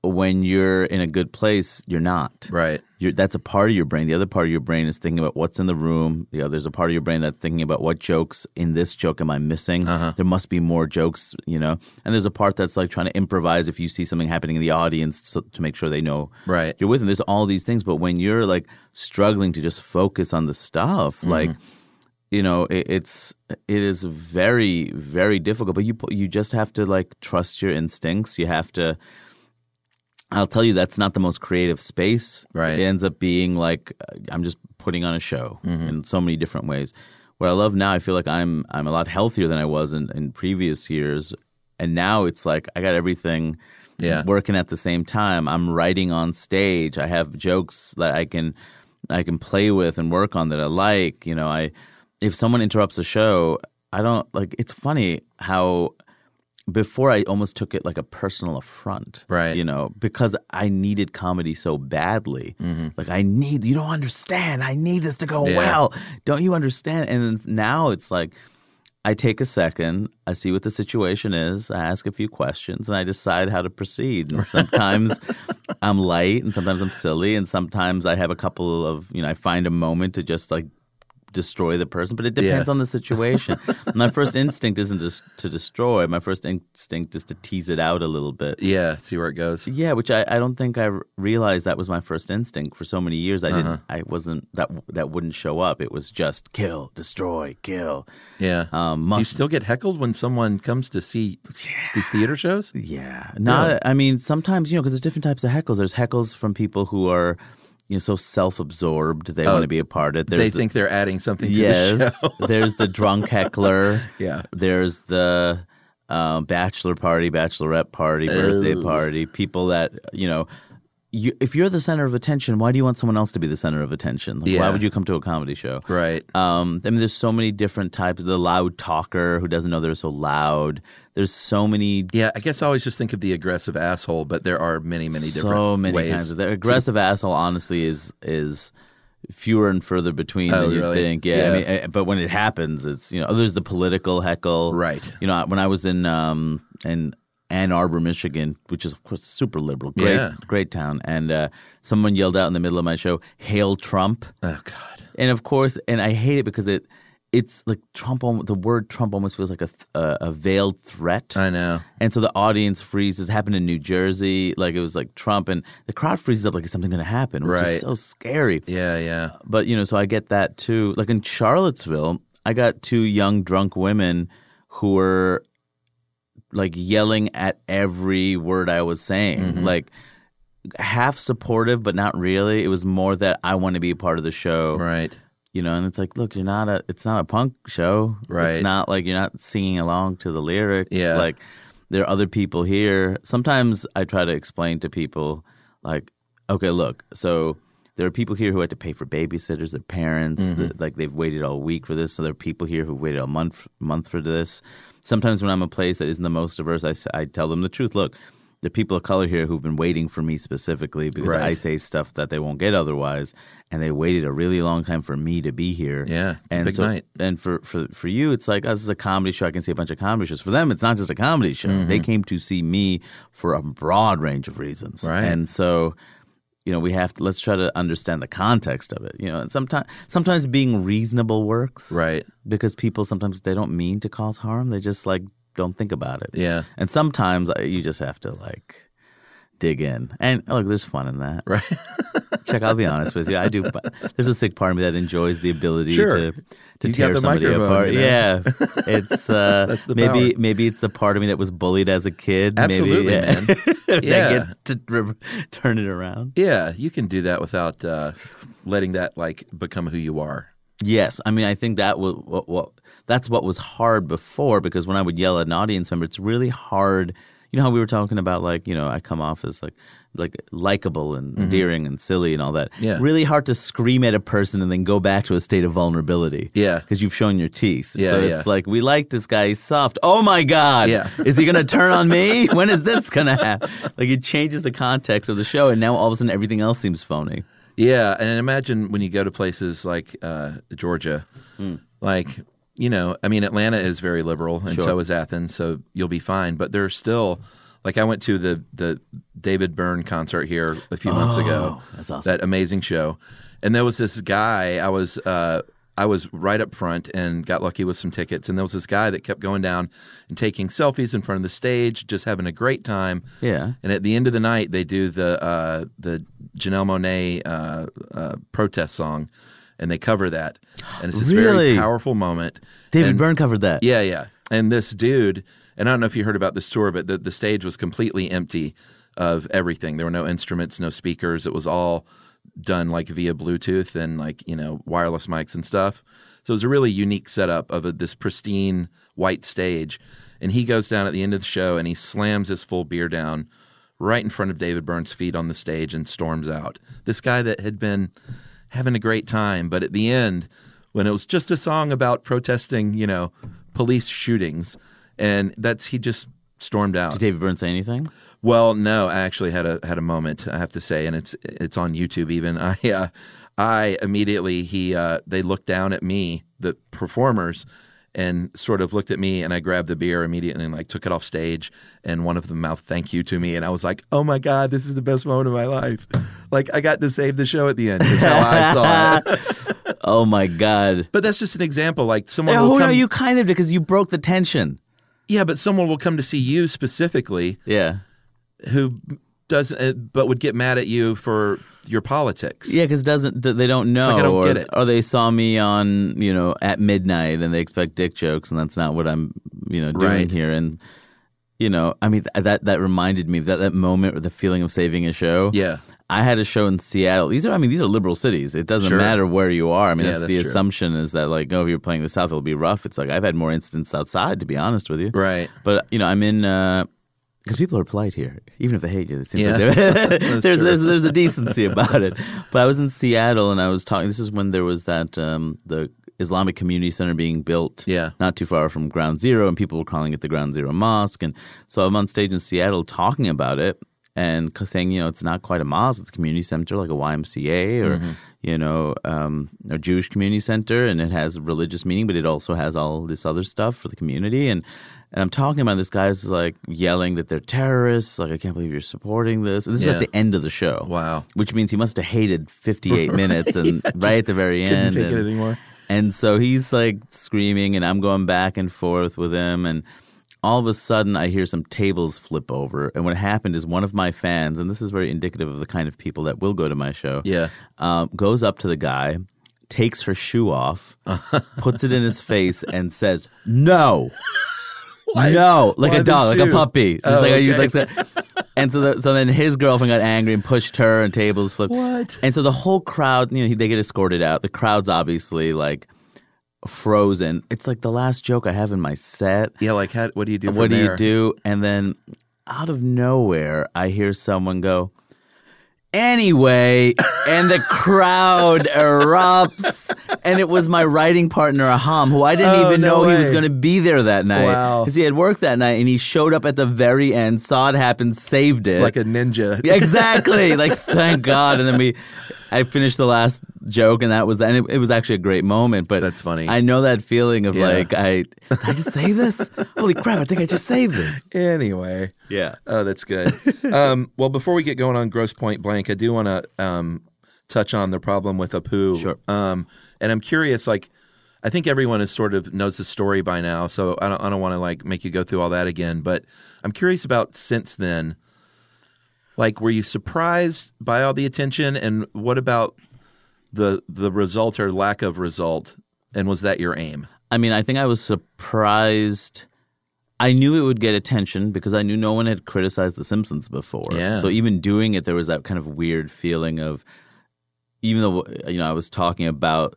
Speaker 2: when you're in a good place, you're not.
Speaker 1: Right.
Speaker 2: You're, that's a part of your brain. The other part of your brain is thinking about what's in the room. The other's a part of your brain that's thinking about what jokes in this joke am I missing? There must be more jokes, you know. And there's a part that's like trying to improvise if you see something happening in the audience so, to make sure they know
Speaker 1: Right.
Speaker 2: you're with them. There's all these things, but when you're like struggling to just focus on the stuff, like you know, it, it's it is very very difficult. But you pu- you just have to like trust your instincts. You have to. I'll tell you, that's not the most creative space.
Speaker 1: Right.
Speaker 2: It ends up being like uh, I'm just putting on a show
Speaker 1: Mm-hmm.
Speaker 2: in so many different ways. What I love now, I feel like I'm I'm a lot healthier than I was in, in previous years, and now it's like I got everything
Speaker 1: Yeah.
Speaker 2: working at the same time. I'm writing on stage. I have jokes that I can I can play with and work on that I like. You know, I if someone interrupts a show, I don't like. It's funny how before I almost took it like a personal affront,
Speaker 1: Right.
Speaker 2: You know, because I needed comedy so badly. Like I need you don't understand. I need this to go
Speaker 1: Mm-hmm. Yeah.
Speaker 2: well. Don't you understand? And then now it's like. I take a second, I see what the situation is, I ask a few questions, and I decide how to proceed. And
Speaker 1: <laughs>
Speaker 2: sometimes I'm light, and sometimes I'm silly, and sometimes I have a couple of, you know, I find a moment to just like destroy the person, but it depends
Speaker 1: Yeah.
Speaker 2: on the
Speaker 1: <laughs>
Speaker 2: situation. My first instinct isn't just to destroy, my first instinct is to tease it out a little bit.
Speaker 1: Yeah, see where it goes.
Speaker 2: Yeah, which I, I don't think I r- realized that was my first instinct for so many years. I
Speaker 1: Uh-huh.
Speaker 2: didn't. I wasn't that that wouldn't show up. It was just kill, destroy, kill.
Speaker 1: Yeah.
Speaker 2: Um,
Speaker 1: Do you
Speaker 2: must-
Speaker 1: still get heckled when someone comes to see these theater shows?
Speaker 2: Yeah, not.
Speaker 1: Really?
Speaker 2: I mean, sometimes you know because there's different types of heckles. There's heckles from people who are you know so self-absorbed they
Speaker 1: Oh,
Speaker 2: want to be a part of it. There's
Speaker 1: they
Speaker 2: the-
Speaker 1: think they're adding something to the
Speaker 2: yes.
Speaker 1: show. <laughs>
Speaker 2: there's the drunk heckler.
Speaker 1: Yeah.
Speaker 2: There's the uh, bachelor party, bachelorette party, birthday party. People that you know. You, if you're the center of attention, why do you want someone else to be the center of attention? Like, Why
Speaker 1: Yeah.
Speaker 2: would you come to a comedy show?
Speaker 1: Right.
Speaker 2: Um, I mean, there's so many different types. The loud talker who doesn't know they're so loud. There's so many
Speaker 1: Yeah, I guess I always just think of the aggressive asshole, but there are many, many different
Speaker 2: so many
Speaker 1: ways.
Speaker 2: kinds of that. Aggressive asshole, honestly, is is fewer and further between
Speaker 1: Oh,
Speaker 2: than you
Speaker 1: really?
Speaker 2: think. Yeah, I
Speaker 1: Yeah.
Speaker 2: mean, eh, but when it happens, it's you know, there's the political heckle,
Speaker 1: Right.
Speaker 2: You know, when I was in um in Ann Arbor, Michigan, which is of course super liberal, great
Speaker 1: Yeah.
Speaker 2: great town, and uh, someone yelled out in the middle of my show, "Hail Trump!"
Speaker 1: Oh God.
Speaker 2: and of course, and I hate it because it. It's like Trump. al- The word Trump almost feels like a th- a, a veiled threat.
Speaker 1: I know.
Speaker 2: And so the audience freezes. It happened in New Jersey. Like it was like Trump, and the crowd freezes up like is something going to happen, which
Speaker 1: Right.
Speaker 2: is so scary.
Speaker 1: Yeah, yeah.
Speaker 2: But you know, so I get that too. Like in Charlottesville, I got two young drunk women who were like yelling at every word I was saying,
Speaker 1: Mm-hmm.
Speaker 2: like half supportive but not really. It was more that I want to be a part of the show,
Speaker 1: Right.
Speaker 2: you know and it's like look you're not a it's not a punk show
Speaker 1: Right.
Speaker 2: it's not like you're not singing along to the lyrics
Speaker 1: Yeah.
Speaker 2: like there are other people here sometimes i try to explain to people like okay look so there are people here who had to pay for babysitters their parents
Speaker 1: Mm-hmm.
Speaker 2: that, like they've waited all week for this so there are people here who waited a month month for this sometimes when i'm a place that isn't the most diverse i, s- I tell them the truth look the people of color here who've been waiting for me specifically because
Speaker 1: Right.
Speaker 2: I say stuff that they won't get otherwise, and they waited a really long time for me to be here.
Speaker 1: Yeah, it's a
Speaker 2: and
Speaker 1: big
Speaker 2: so,
Speaker 1: night.
Speaker 2: And for for for you, it's like oh, this is a comedy show. I can see a bunch of comedy shows. For them, it's not just a comedy show.
Speaker 1: Mm-hmm.
Speaker 2: They came to see me for a broad range of reasons,
Speaker 1: Right.
Speaker 2: And so. You know, we have to let's try to understand the context of it. You know, and sometimes sometimes being reasonable works,
Speaker 1: Right.
Speaker 2: because people sometimes they don't mean to cause harm they just like don't think about it
Speaker 1: Yeah.
Speaker 2: and sometimes uh, you just have to like dig in and look there's fun in that
Speaker 1: <laughs> Right.
Speaker 2: check i'll be honest with you i do but there's a sick part of me that enjoys the ability
Speaker 1: Sure.
Speaker 2: to to
Speaker 1: You got
Speaker 2: tear
Speaker 1: the
Speaker 2: somebody
Speaker 1: microphone,
Speaker 2: apart
Speaker 1: you know? <laughs>
Speaker 2: yeah it's uh
Speaker 1: That's the
Speaker 2: maybe
Speaker 1: power.
Speaker 2: maybe it's the part of me that was bullied as a kid
Speaker 1: Absolutely,
Speaker 2: maybe yeah. <laughs>
Speaker 1: man.
Speaker 2: That
Speaker 1: Yeah.
Speaker 2: get to re- turn it around
Speaker 1: Yeah, you can do that without uh, letting that like become who you are.
Speaker 2: Yes, I mean I think that was what, what that's what was hard before because when I would yell at an audience member, it's really hard. You know how we were talking about like you know I come off as like like likable and endearing and silly and all that.
Speaker 1: Mm-hmm. Yeah.
Speaker 2: really hard to scream at a person and then go back to a state of vulnerability.
Speaker 1: Yeah.
Speaker 2: because you've shown your teeth.
Speaker 1: Yeah,
Speaker 2: so
Speaker 1: yeah.
Speaker 2: it's like we like this guy. He's soft. Oh my god.
Speaker 1: Yeah.
Speaker 2: is he gonna turn on
Speaker 1: <laughs>
Speaker 2: me? when is this gonna happen? Like it changes the context of the show, and now all of a sudden everything else seems phony.
Speaker 1: Yeah, and imagine when you go to places like uh, Georgia,
Speaker 2: Hmm.
Speaker 1: like you know, I mean, Atlanta is very liberal, and so is Athens, so you'll be fine. But there's still, like, I went to the the David Byrne concert here a few months ago.
Speaker 2: Oh, that's awesome.
Speaker 1: That amazing show, and there was this guy. I was uh, I was right up front and got lucky with some tickets, and there was this guy that kept going down and taking selfies in front of the stage, just having a great time.
Speaker 2: Yeah.
Speaker 1: And at the end of the night, they do the uh, the Janelle Monet uh, uh, protest song, and they cover that, and it's this very
Speaker 2: Really?
Speaker 1: powerful moment.
Speaker 2: David
Speaker 1: and,
Speaker 2: Byrne covered that.
Speaker 1: yeah, yeah. And this dude, and I don't know if you heard about this tour, but the, the stage was completely empty of everything. There were no instruments, no speakers. It was all done like via Bluetooth and like, you know, wireless mics and stuff. So it was a really unique setup of a, this pristine white stage. And he goes down at the end of the show and he slams his full beer down right in front of David Byrne's feet on the stage and storms out. This guy that had been having a great time, but at the end, when it was just a song about protesting, you know, police shootings, and that's he just stormed out.
Speaker 2: Did David Byrne say anything?
Speaker 1: Well, no, I actually had a had a moment I have to say, and it's it's on YouTube even. <laughs> I uh, I immediately he uh, they looked down at me, the performers, and sort of looked at me and I grabbed the beer immediately and like took it off stage and one of them mouthed thank you to me and I was like, "Oh my god, this is the best moment of my life." Like I got to save the show at the end. Is how I saw it.
Speaker 2: Oh my god.
Speaker 1: But that's just an example like someone
Speaker 2: Oh
Speaker 1: will
Speaker 2: no,
Speaker 1: come
Speaker 2: you kind of because you broke the tension.
Speaker 1: Yeah, but someone will come to see you specifically
Speaker 2: Yeah.
Speaker 1: who doesn't uh, but would get mad at you for your politics.
Speaker 2: Yeah, because doesn't th- they don't know?
Speaker 1: like, I don't
Speaker 2: or,
Speaker 1: get it.
Speaker 2: or they saw me on you know at midnight and they expect dick jokes, and that's not what I'm you know doing
Speaker 1: Right.
Speaker 2: here. And you know, I mean th- that that reminded me of that that moment with the feeling of saving a show.
Speaker 1: Yeah.
Speaker 2: I had a show in Seattle. These are, I mean, these are liberal cities. It doesn't
Speaker 1: Sure.
Speaker 2: matter where you are. I mean,
Speaker 1: Yeah,
Speaker 2: that's,
Speaker 1: that's
Speaker 2: the
Speaker 1: true.
Speaker 2: assumption is that like, oh, if you're playing the South, it'll be rough. It's like I've had more incidents outside, to be honest with you.
Speaker 1: Right.
Speaker 2: But you know, I'm in because people are polite here, even if they hate you. It seems
Speaker 1: Yeah. <laughs>
Speaker 2: like they're- <laughs> there's
Speaker 1: true.
Speaker 2: there's there's a decency about it. But I was in Seattle and I was talking. This is when there was that um, the Islamic Community Center being built,
Speaker 1: Yeah.
Speaker 2: not too far from Ground Zero, and people were calling it the Ground Zero Mosque. And so I'm on stage in Seattle talking about it. And c- saying, you know, it's not quite a mosque; it's a community center, like a YMCA or,
Speaker 1: Mm-hmm.
Speaker 2: you know, um, a Jewish community center, and it has religious meaning, but it also has all this other stuff for the community. And and I'm talking about this guy's like yelling that they're terrorists. Like, I can't believe you're supporting this. This is
Speaker 1: Yeah.
Speaker 2: at the end of the show.
Speaker 1: Wow.
Speaker 2: Which means he must have
Speaker 1: <laughs>
Speaker 2: hated 58 minutes and right at the very
Speaker 1: couldn't
Speaker 2: end.
Speaker 1: take
Speaker 2: and,
Speaker 1: it anymore.
Speaker 2: <laughs> And so he's like screaming, and I'm going back and forth with him. And all of a sudden, I hear some tables flip over. And what happened is one of my fans, and this is very indicative of the kind of people that will go to my show,
Speaker 1: Yeah.
Speaker 2: um, goes up to the guy, takes her
Speaker 1: <laughs>
Speaker 2: shoe off, puts it in his face, and says, "No, no!"
Speaker 1: <laughs>
Speaker 2: Like
Speaker 1: Why
Speaker 2: a
Speaker 1: the
Speaker 2: dog, like
Speaker 1: shoe?
Speaker 2: a puppy. Just
Speaker 1: Oh,
Speaker 2: like I use
Speaker 1: okay.
Speaker 2: like
Speaker 1: <laughs>
Speaker 2: that. And so, the, so then his girlfriend got angry and pushed her, and tables flipped.
Speaker 1: What?
Speaker 2: And so the whole crowd, you know, they get escorted out. The crowd's obviously like frozen. It's like the last joke I have in my set
Speaker 1: Yeah, like how, what do you do from
Speaker 2: what do
Speaker 1: there?
Speaker 2: you do and then out of nowhere i hear someone go
Speaker 1: <laughs>
Speaker 2: anyway and the crowd erupts and it was my writing partner aham who i didn't
Speaker 1: Oh,
Speaker 2: even
Speaker 1: no
Speaker 2: know he was
Speaker 1: way.
Speaker 2: going to be there that night
Speaker 1: Wow.
Speaker 2: because he had work that night and he showed up at the very end saw it happen saved it
Speaker 1: Like a ninja.
Speaker 2: <laughs> yeah, exactly. like, thank God. And then we, I finished the last joke, and that was that. And it, it was actually a great moment. But
Speaker 1: That's funny.
Speaker 2: I know that feeling of
Speaker 1: Yeah.
Speaker 2: like, I, did I just save this? Holy crap! I think I just saved this.
Speaker 1: Anyway.
Speaker 2: Yeah.
Speaker 1: <laughs> Oh, that's
Speaker 2: <laughs>
Speaker 1: good. um, well, before we get going on gross point blank, I do want to um, touch on the problem with Apu.
Speaker 2: Sure.
Speaker 1: Um, and I'm curious, like, I think everyone is sort of knows the story by now, so I don't, I don't want to like make you go through all that again. But I'm curious about since then. Like, were you surprised by all the attention, and what about the the result or lack of result? And was that your aim?
Speaker 2: I mean, I think I was surprised. I knew it would get attention because I knew no one had criticized The Simpsons before.
Speaker 1: Yeah.
Speaker 2: So even doing it, there was that kind of weird feeling of, even though you know I was talking about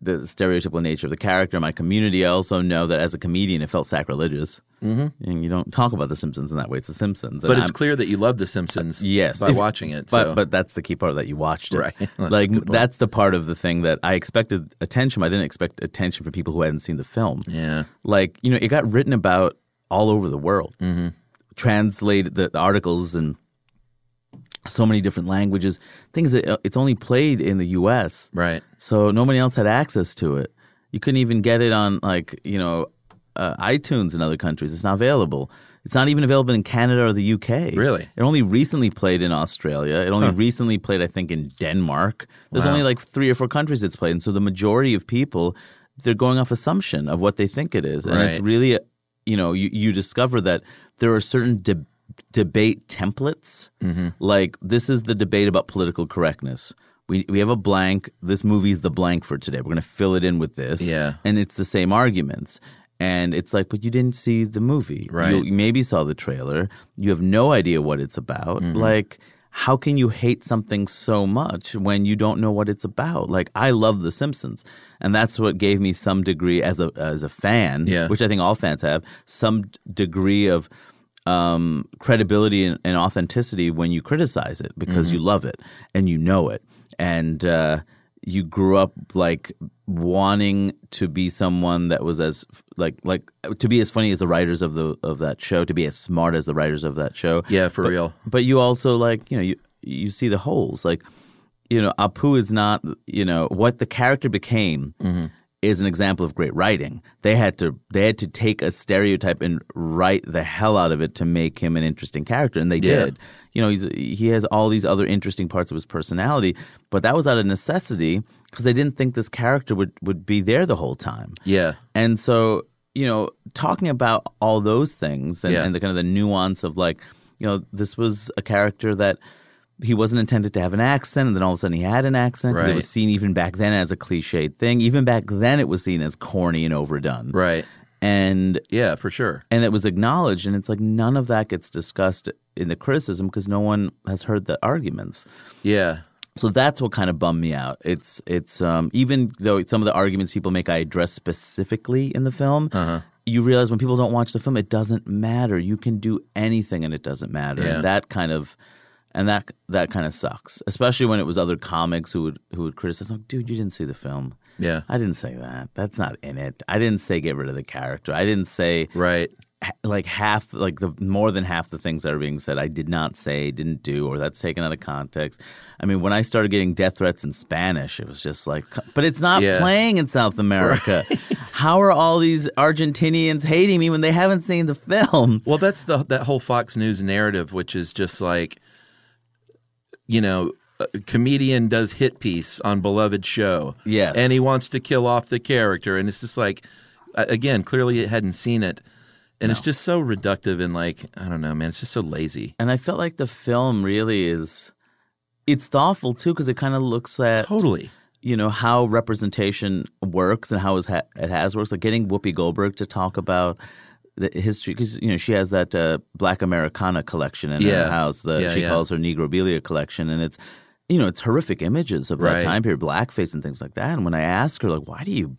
Speaker 2: the stereotypical nature of the character, in my community. I also know that as a comedian, it felt sacrilegious. Mm-hmm. And you don't talk about The Simpsons in that way. It's The Simpsons, And
Speaker 1: But it's
Speaker 2: I'm- Uh,
Speaker 1: clear that you love The Simpsons,
Speaker 2: yes,
Speaker 1: by
Speaker 2: If-
Speaker 1: watching it.
Speaker 2: But
Speaker 1: so.
Speaker 2: but that's the key part that you watched it.
Speaker 1: Right. <laughs> That's a
Speaker 2: like
Speaker 1: good point.
Speaker 2: that's the part of the thing that I expected attention. But I didn't expect attention from people who hadn't seen the film
Speaker 1: yeah,
Speaker 2: like you know it got written about all over the world mm-hmm. translated the, the articles in so many different languages things that uh, it's only played in the us
Speaker 1: right.
Speaker 2: so nobody else had access to it you couldn't even get it on like you know uh, itunes in other countries it's not available it's not even available in canada or the uk
Speaker 1: Really?
Speaker 2: it only recently played in australia it only recently played i think in denmark there's
Speaker 1: Wow.
Speaker 2: only like three or four countries it's played and so the majority of people they're going off assumption of what they think it is and it's
Speaker 1: Right.
Speaker 2: really you know you, you discover that there are certain de- debate templates
Speaker 1: Mm-hmm.
Speaker 2: like this is the debate about political correctness we, we have a blank this movie's the blank for today we're going to fill it in with this
Speaker 1: Yeah.
Speaker 2: and it's the same arguments and it's like but you didn't see the movie
Speaker 1: Right.
Speaker 2: you, you maybe saw the trailer you have no idea what it's about like how can you hate something so much when you don't know what it's about like i love the simpsons and that's what gave me some degree as a as a fan
Speaker 1: Yeah.
Speaker 2: which i think all fans have some d- degree of um, credibility and, and authenticity when you criticize it because you love it and you know it and uh, you grew up like wanting to be someone that was as f- like like to be as funny as the writers of the of that show to be as smart as the writers of that show
Speaker 1: Yeah, for
Speaker 2: But-
Speaker 1: real.
Speaker 2: but you also like you know you you see the holes like you know apu is not you know what the character became is an example of great writing. They had to they had to take a stereotype and write the hell out of it to make him an interesting character, and they
Speaker 1: Yeah.
Speaker 2: did. You know, he's, he has all these other interesting parts of his personality, but that was out of necessity because they didn't think this character would would be there the whole time.
Speaker 1: Yeah.
Speaker 2: And so, you know, talking about all those things and,
Speaker 1: Yeah.
Speaker 2: and the kind of the nuance of like, you know, this was a character that he wasn't intended to have an accent, and then all of a sudden he had an accent. 'cause It
Speaker 1: Right.
Speaker 2: was seen even back then as a cliched thing. Even back then, it was seen as corny and overdone.
Speaker 1: Right.
Speaker 2: And
Speaker 1: Yeah, for sure.
Speaker 2: and it was acknowledged, and it's like none of that gets discussed in the criticism because no one has heard the arguments.
Speaker 1: Yeah.
Speaker 2: So that's what kind of bummed me out. It's it's um, even though some of the arguments people make I address specifically in the film, you realize when people don't watch the film, it doesn't matter. You can do anything, and it doesn't matter.
Speaker 1: Yeah.
Speaker 2: And that kind of and that that kind of sucks, especially when it was other comics who would who would criticize, like, dude, you didn't see the film.
Speaker 1: Yeah.
Speaker 2: I didn't say that. That's not in it. I didn't say get rid of the character. I didn't say
Speaker 1: Right.
Speaker 2: ha- like half like the more than half the things that are being said I did not say, didn't do, or that's taken out of context. I mean, when I started getting death threats in Spanish, it was just like, but it's not
Speaker 1: Yeah.
Speaker 2: playing in South America. How are all these Argentinians hating me when they haven't seen the film?
Speaker 1: Well, that's the that whole Fox News narrative, which is just like, you know, a comedian does hit piece on beloved show,
Speaker 2: Yes.
Speaker 1: and he wants to kill off the character, and it's just like, a- again, clearly it hadn't seen it, and it's just so reductive and like, I don't know, man, it's just so lazy.
Speaker 2: And I felt like the film really is. It's thoughtful too because it kind of looks at
Speaker 1: Totally,
Speaker 2: you know how representation works and how is ha- it has works. Like getting Whoopi Goldberg to talk about the history because you know she has that uh, Black Americana collection in
Speaker 1: Yeah.
Speaker 2: her house that
Speaker 1: Yeah,
Speaker 2: she
Speaker 1: yeah.
Speaker 2: calls her Negrobilia collection, and it's you know it's horrific images of
Speaker 1: Right.
Speaker 2: that time period, blackface and things like that. And when I ask her like, why do you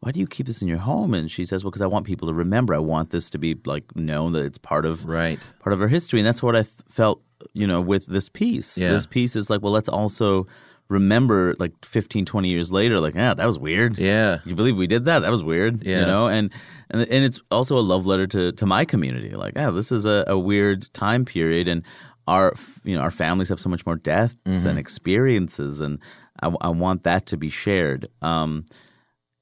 Speaker 2: why do you keep this in your home? And she says, well, because I want people to remember. I want this to be like known that it's part of
Speaker 1: right?
Speaker 2: part of our history. And that's what I th- felt, you know, with this piece.
Speaker 1: Yeah.
Speaker 2: This piece is like, well, let's also remember like 15, 20 years later, like, yeah, that was weird.
Speaker 1: Yeah,
Speaker 2: You believe we did that? That was weird.
Speaker 1: Yeah.
Speaker 2: You know, and, and and it's also a love letter to to my community. Like, yeah, this is a, a weird time period and our you know, our families have so much more death
Speaker 1: Mm-hmm.
Speaker 2: and experiences and I, I want that to be shared. Um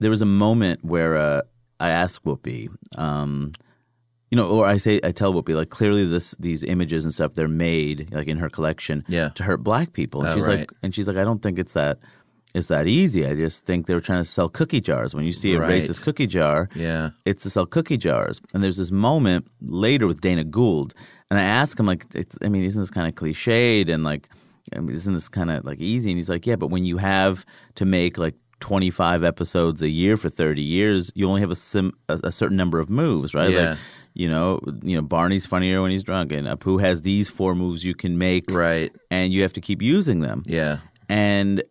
Speaker 2: there was a moment where uh, I asked Whoopi, um, you know, or I say I tell Whoopi like clearly this these images and stuff they're made like in her collection
Speaker 1: Yeah.
Speaker 2: to hurt black people. And
Speaker 1: Oh,
Speaker 2: she's
Speaker 1: right.
Speaker 2: like, and she's like, I don't think it's that it's that easy. I just think they were trying to sell cookie jars. When you see a
Speaker 1: Right.
Speaker 2: racist cookie jar,
Speaker 1: yeah,
Speaker 2: it's to sell cookie jars. And there's this moment later with Dana Gould, and I ask him like, it's, I mean, isn't this kind of cliched and like, I mean, isn't this kind of like easy? And he's like, yeah, but when you have to make like 25 episodes a year for 30 years, you only have a sim- a, a certain number of moves, right?
Speaker 1: Yeah.
Speaker 2: Like, you know, you know, Barney's funnier when he's drunk, and Apu has these four moves you can make,
Speaker 1: right,
Speaker 2: and you have to keep using them
Speaker 1: yeah,
Speaker 2: and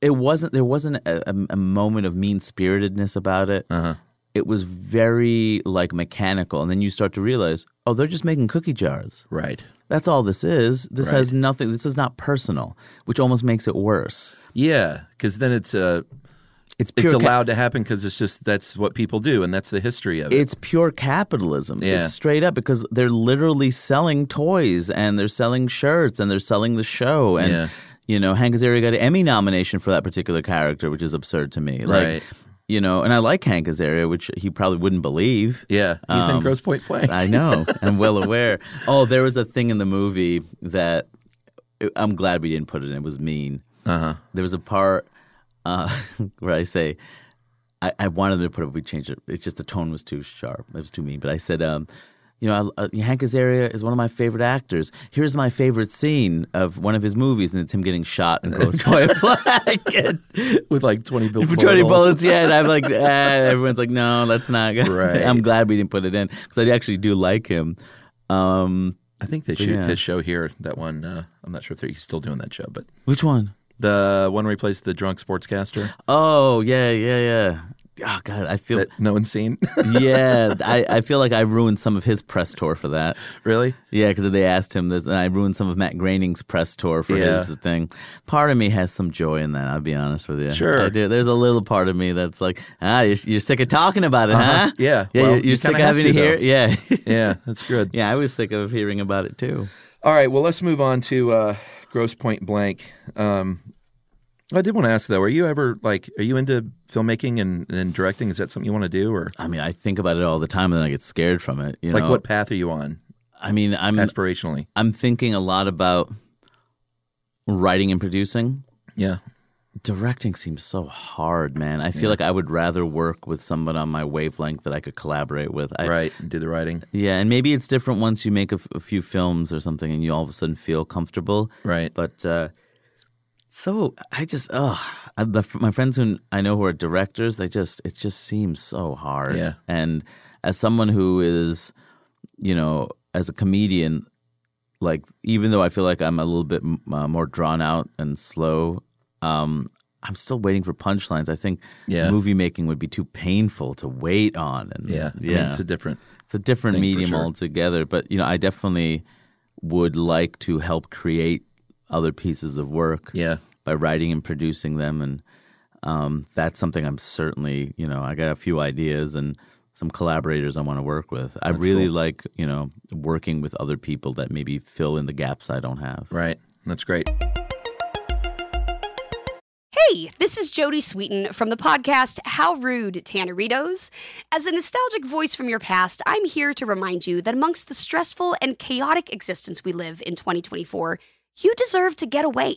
Speaker 2: it wasn't there wasn't a, a- a moment of mean spiritedness about it.
Speaker 1: Uh-huh.
Speaker 2: It was very like mechanical, and then you start to realize, oh, they're just making cookie jars.
Speaker 1: right.
Speaker 2: That's all this is. This
Speaker 1: Right.
Speaker 2: has nothing. This is not personal, which almost makes it worse.
Speaker 1: Yeah, because then it's uh, it's
Speaker 2: It's pure ca-
Speaker 1: allowed to happen because it's just that's what people do, and that's the history of it.
Speaker 2: It's pure capitalism.
Speaker 1: Yeah.
Speaker 2: It's straight up because they're literally selling toys and they're selling shirts and they're selling the show and
Speaker 1: Yeah.
Speaker 2: you know Hank Azaria got an Emmy nomination for that particular character, which is absurd to me. Like,
Speaker 1: Right.
Speaker 2: You know, and I like Hank Azaria, which he probably wouldn't believe.
Speaker 1: yeah, he's in
Speaker 2: Um,
Speaker 1: Gross Point Blank. <laughs>
Speaker 2: I know. I'm well aware. Oh, there was a thing in the movie that I'm glad we didn't put it in. It was mean. Uh-huh. There was a part uh, <laughs> where I say, I, I wanted to put it, we changed it. It's just the tone was too sharp. It was too mean. But I said, um, you know, I, uh, Hank Azaria is one of my favorite actors. Here's my favorite scene of one of his movies, and it's him getting shot in Gross Point Blank. <laughs>
Speaker 1: with like twenty bill-
Speaker 2: For
Speaker 1: bullet
Speaker 2: 20
Speaker 1: holes.
Speaker 2: bullets, yeah. And I'm like, ah, everyone's like, no, that's not good.
Speaker 1: Right.
Speaker 2: <laughs> I'm glad we didn't put it in because I actually do like him. Um,
Speaker 1: I think they shoot
Speaker 2: yeah.
Speaker 1: his show here. That one. Uh, I'm not sure if they're- he's still doing that show, but
Speaker 2: which one?
Speaker 1: the one where he plays the drunk sportscaster
Speaker 2: Oh, yeah, yeah, yeah. Oh, God, I feel,
Speaker 1: that no one's seen.
Speaker 2: yeah, I, I feel like I ruined some of his press tour for that.
Speaker 1: <laughs> really?
Speaker 2: Yeah, because they asked him this, and I ruined some of Matt Groening's press tour for
Speaker 1: Yeah.
Speaker 2: his thing. Part of me has some joy in that. I'll be honest with you.
Speaker 1: Sure.
Speaker 2: I do. There's a little part of me that's like, ah, you're, you're sick of talking about it, huh?
Speaker 1: Uh-huh. Yeah.
Speaker 2: yeah.
Speaker 1: Well,
Speaker 2: you're
Speaker 1: you
Speaker 2: you're sick of
Speaker 1: kinda have
Speaker 2: having
Speaker 1: to,
Speaker 2: to hear. it? Yeah,
Speaker 1: <laughs>
Speaker 2: <laughs>
Speaker 1: Yeah, that's good.
Speaker 2: yeah. I was sick of hearing about it too.
Speaker 1: All right. Well, let's move on to uh, Gross Point Blank. Um, I did want to ask though, are you ever like, are you into filmmaking and, and directing? Is that something you want to do, or
Speaker 2: I mean, I think about it all the time, and then I get scared from it. You
Speaker 1: like
Speaker 2: know,
Speaker 1: what path are you on
Speaker 2: I mean, I'm
Speaker 1: aspirationally?
Speaker 2: I'm thinking a lot about writing and producing.
Speaker 1: Yeah,
Speaker 2: Directing seems so hard, man. I feel like I would rather work with someone on my wavelength that I could collaborate with. I,
Speaker 1: right. Do the writing.
Speaker 2: Yeah, and maybe it's different once you make a, f- a few films or something, and you all of a sudden feel comfortable.
Speaker 1: Right.
Speaker 2: But uh, so I just, oh, I, the, my friends who I know who are directors, they just, it just seems so hard.
Speaker 1: Yeah.
Speaker 2: And as someone who is, you know, as a comedian, like even though I feel like I'm a little bit m- uh, more drawn out and slow, um, I'm still waiting for punchlines. I think
Speaker 1: Yeah.
Speaker 2: movie making would be too painful to wait on. And
Speaker 1: yeah, I mean,
Speaker 2: yeah
Speaker 1: it's a different.
Speaker 2: it's a different
Speaker 1: thing for
Speaker 2: medium
Speaker 1: sure.
Speaker 2: altogether. But you know, I definitely would like to help create other pieces of work
Speaker 1: Yeah,
Speaker 2: by writing and producing them, and um, that's something I'm certainly you know I got a few ideas and some collaborators I want to work with. I really like you know working with other people that maybe fill in the gaps I don't have.
Speaker 1: right. That's great.
Speaker 3: Hey, this is Jody Sweeten from the podcast How Rude, Tanneritos. As a nostalgic voice from your past, I'm here to remind you that amongst the stressful and chaotic existence we live in 2024, you deserve to get away.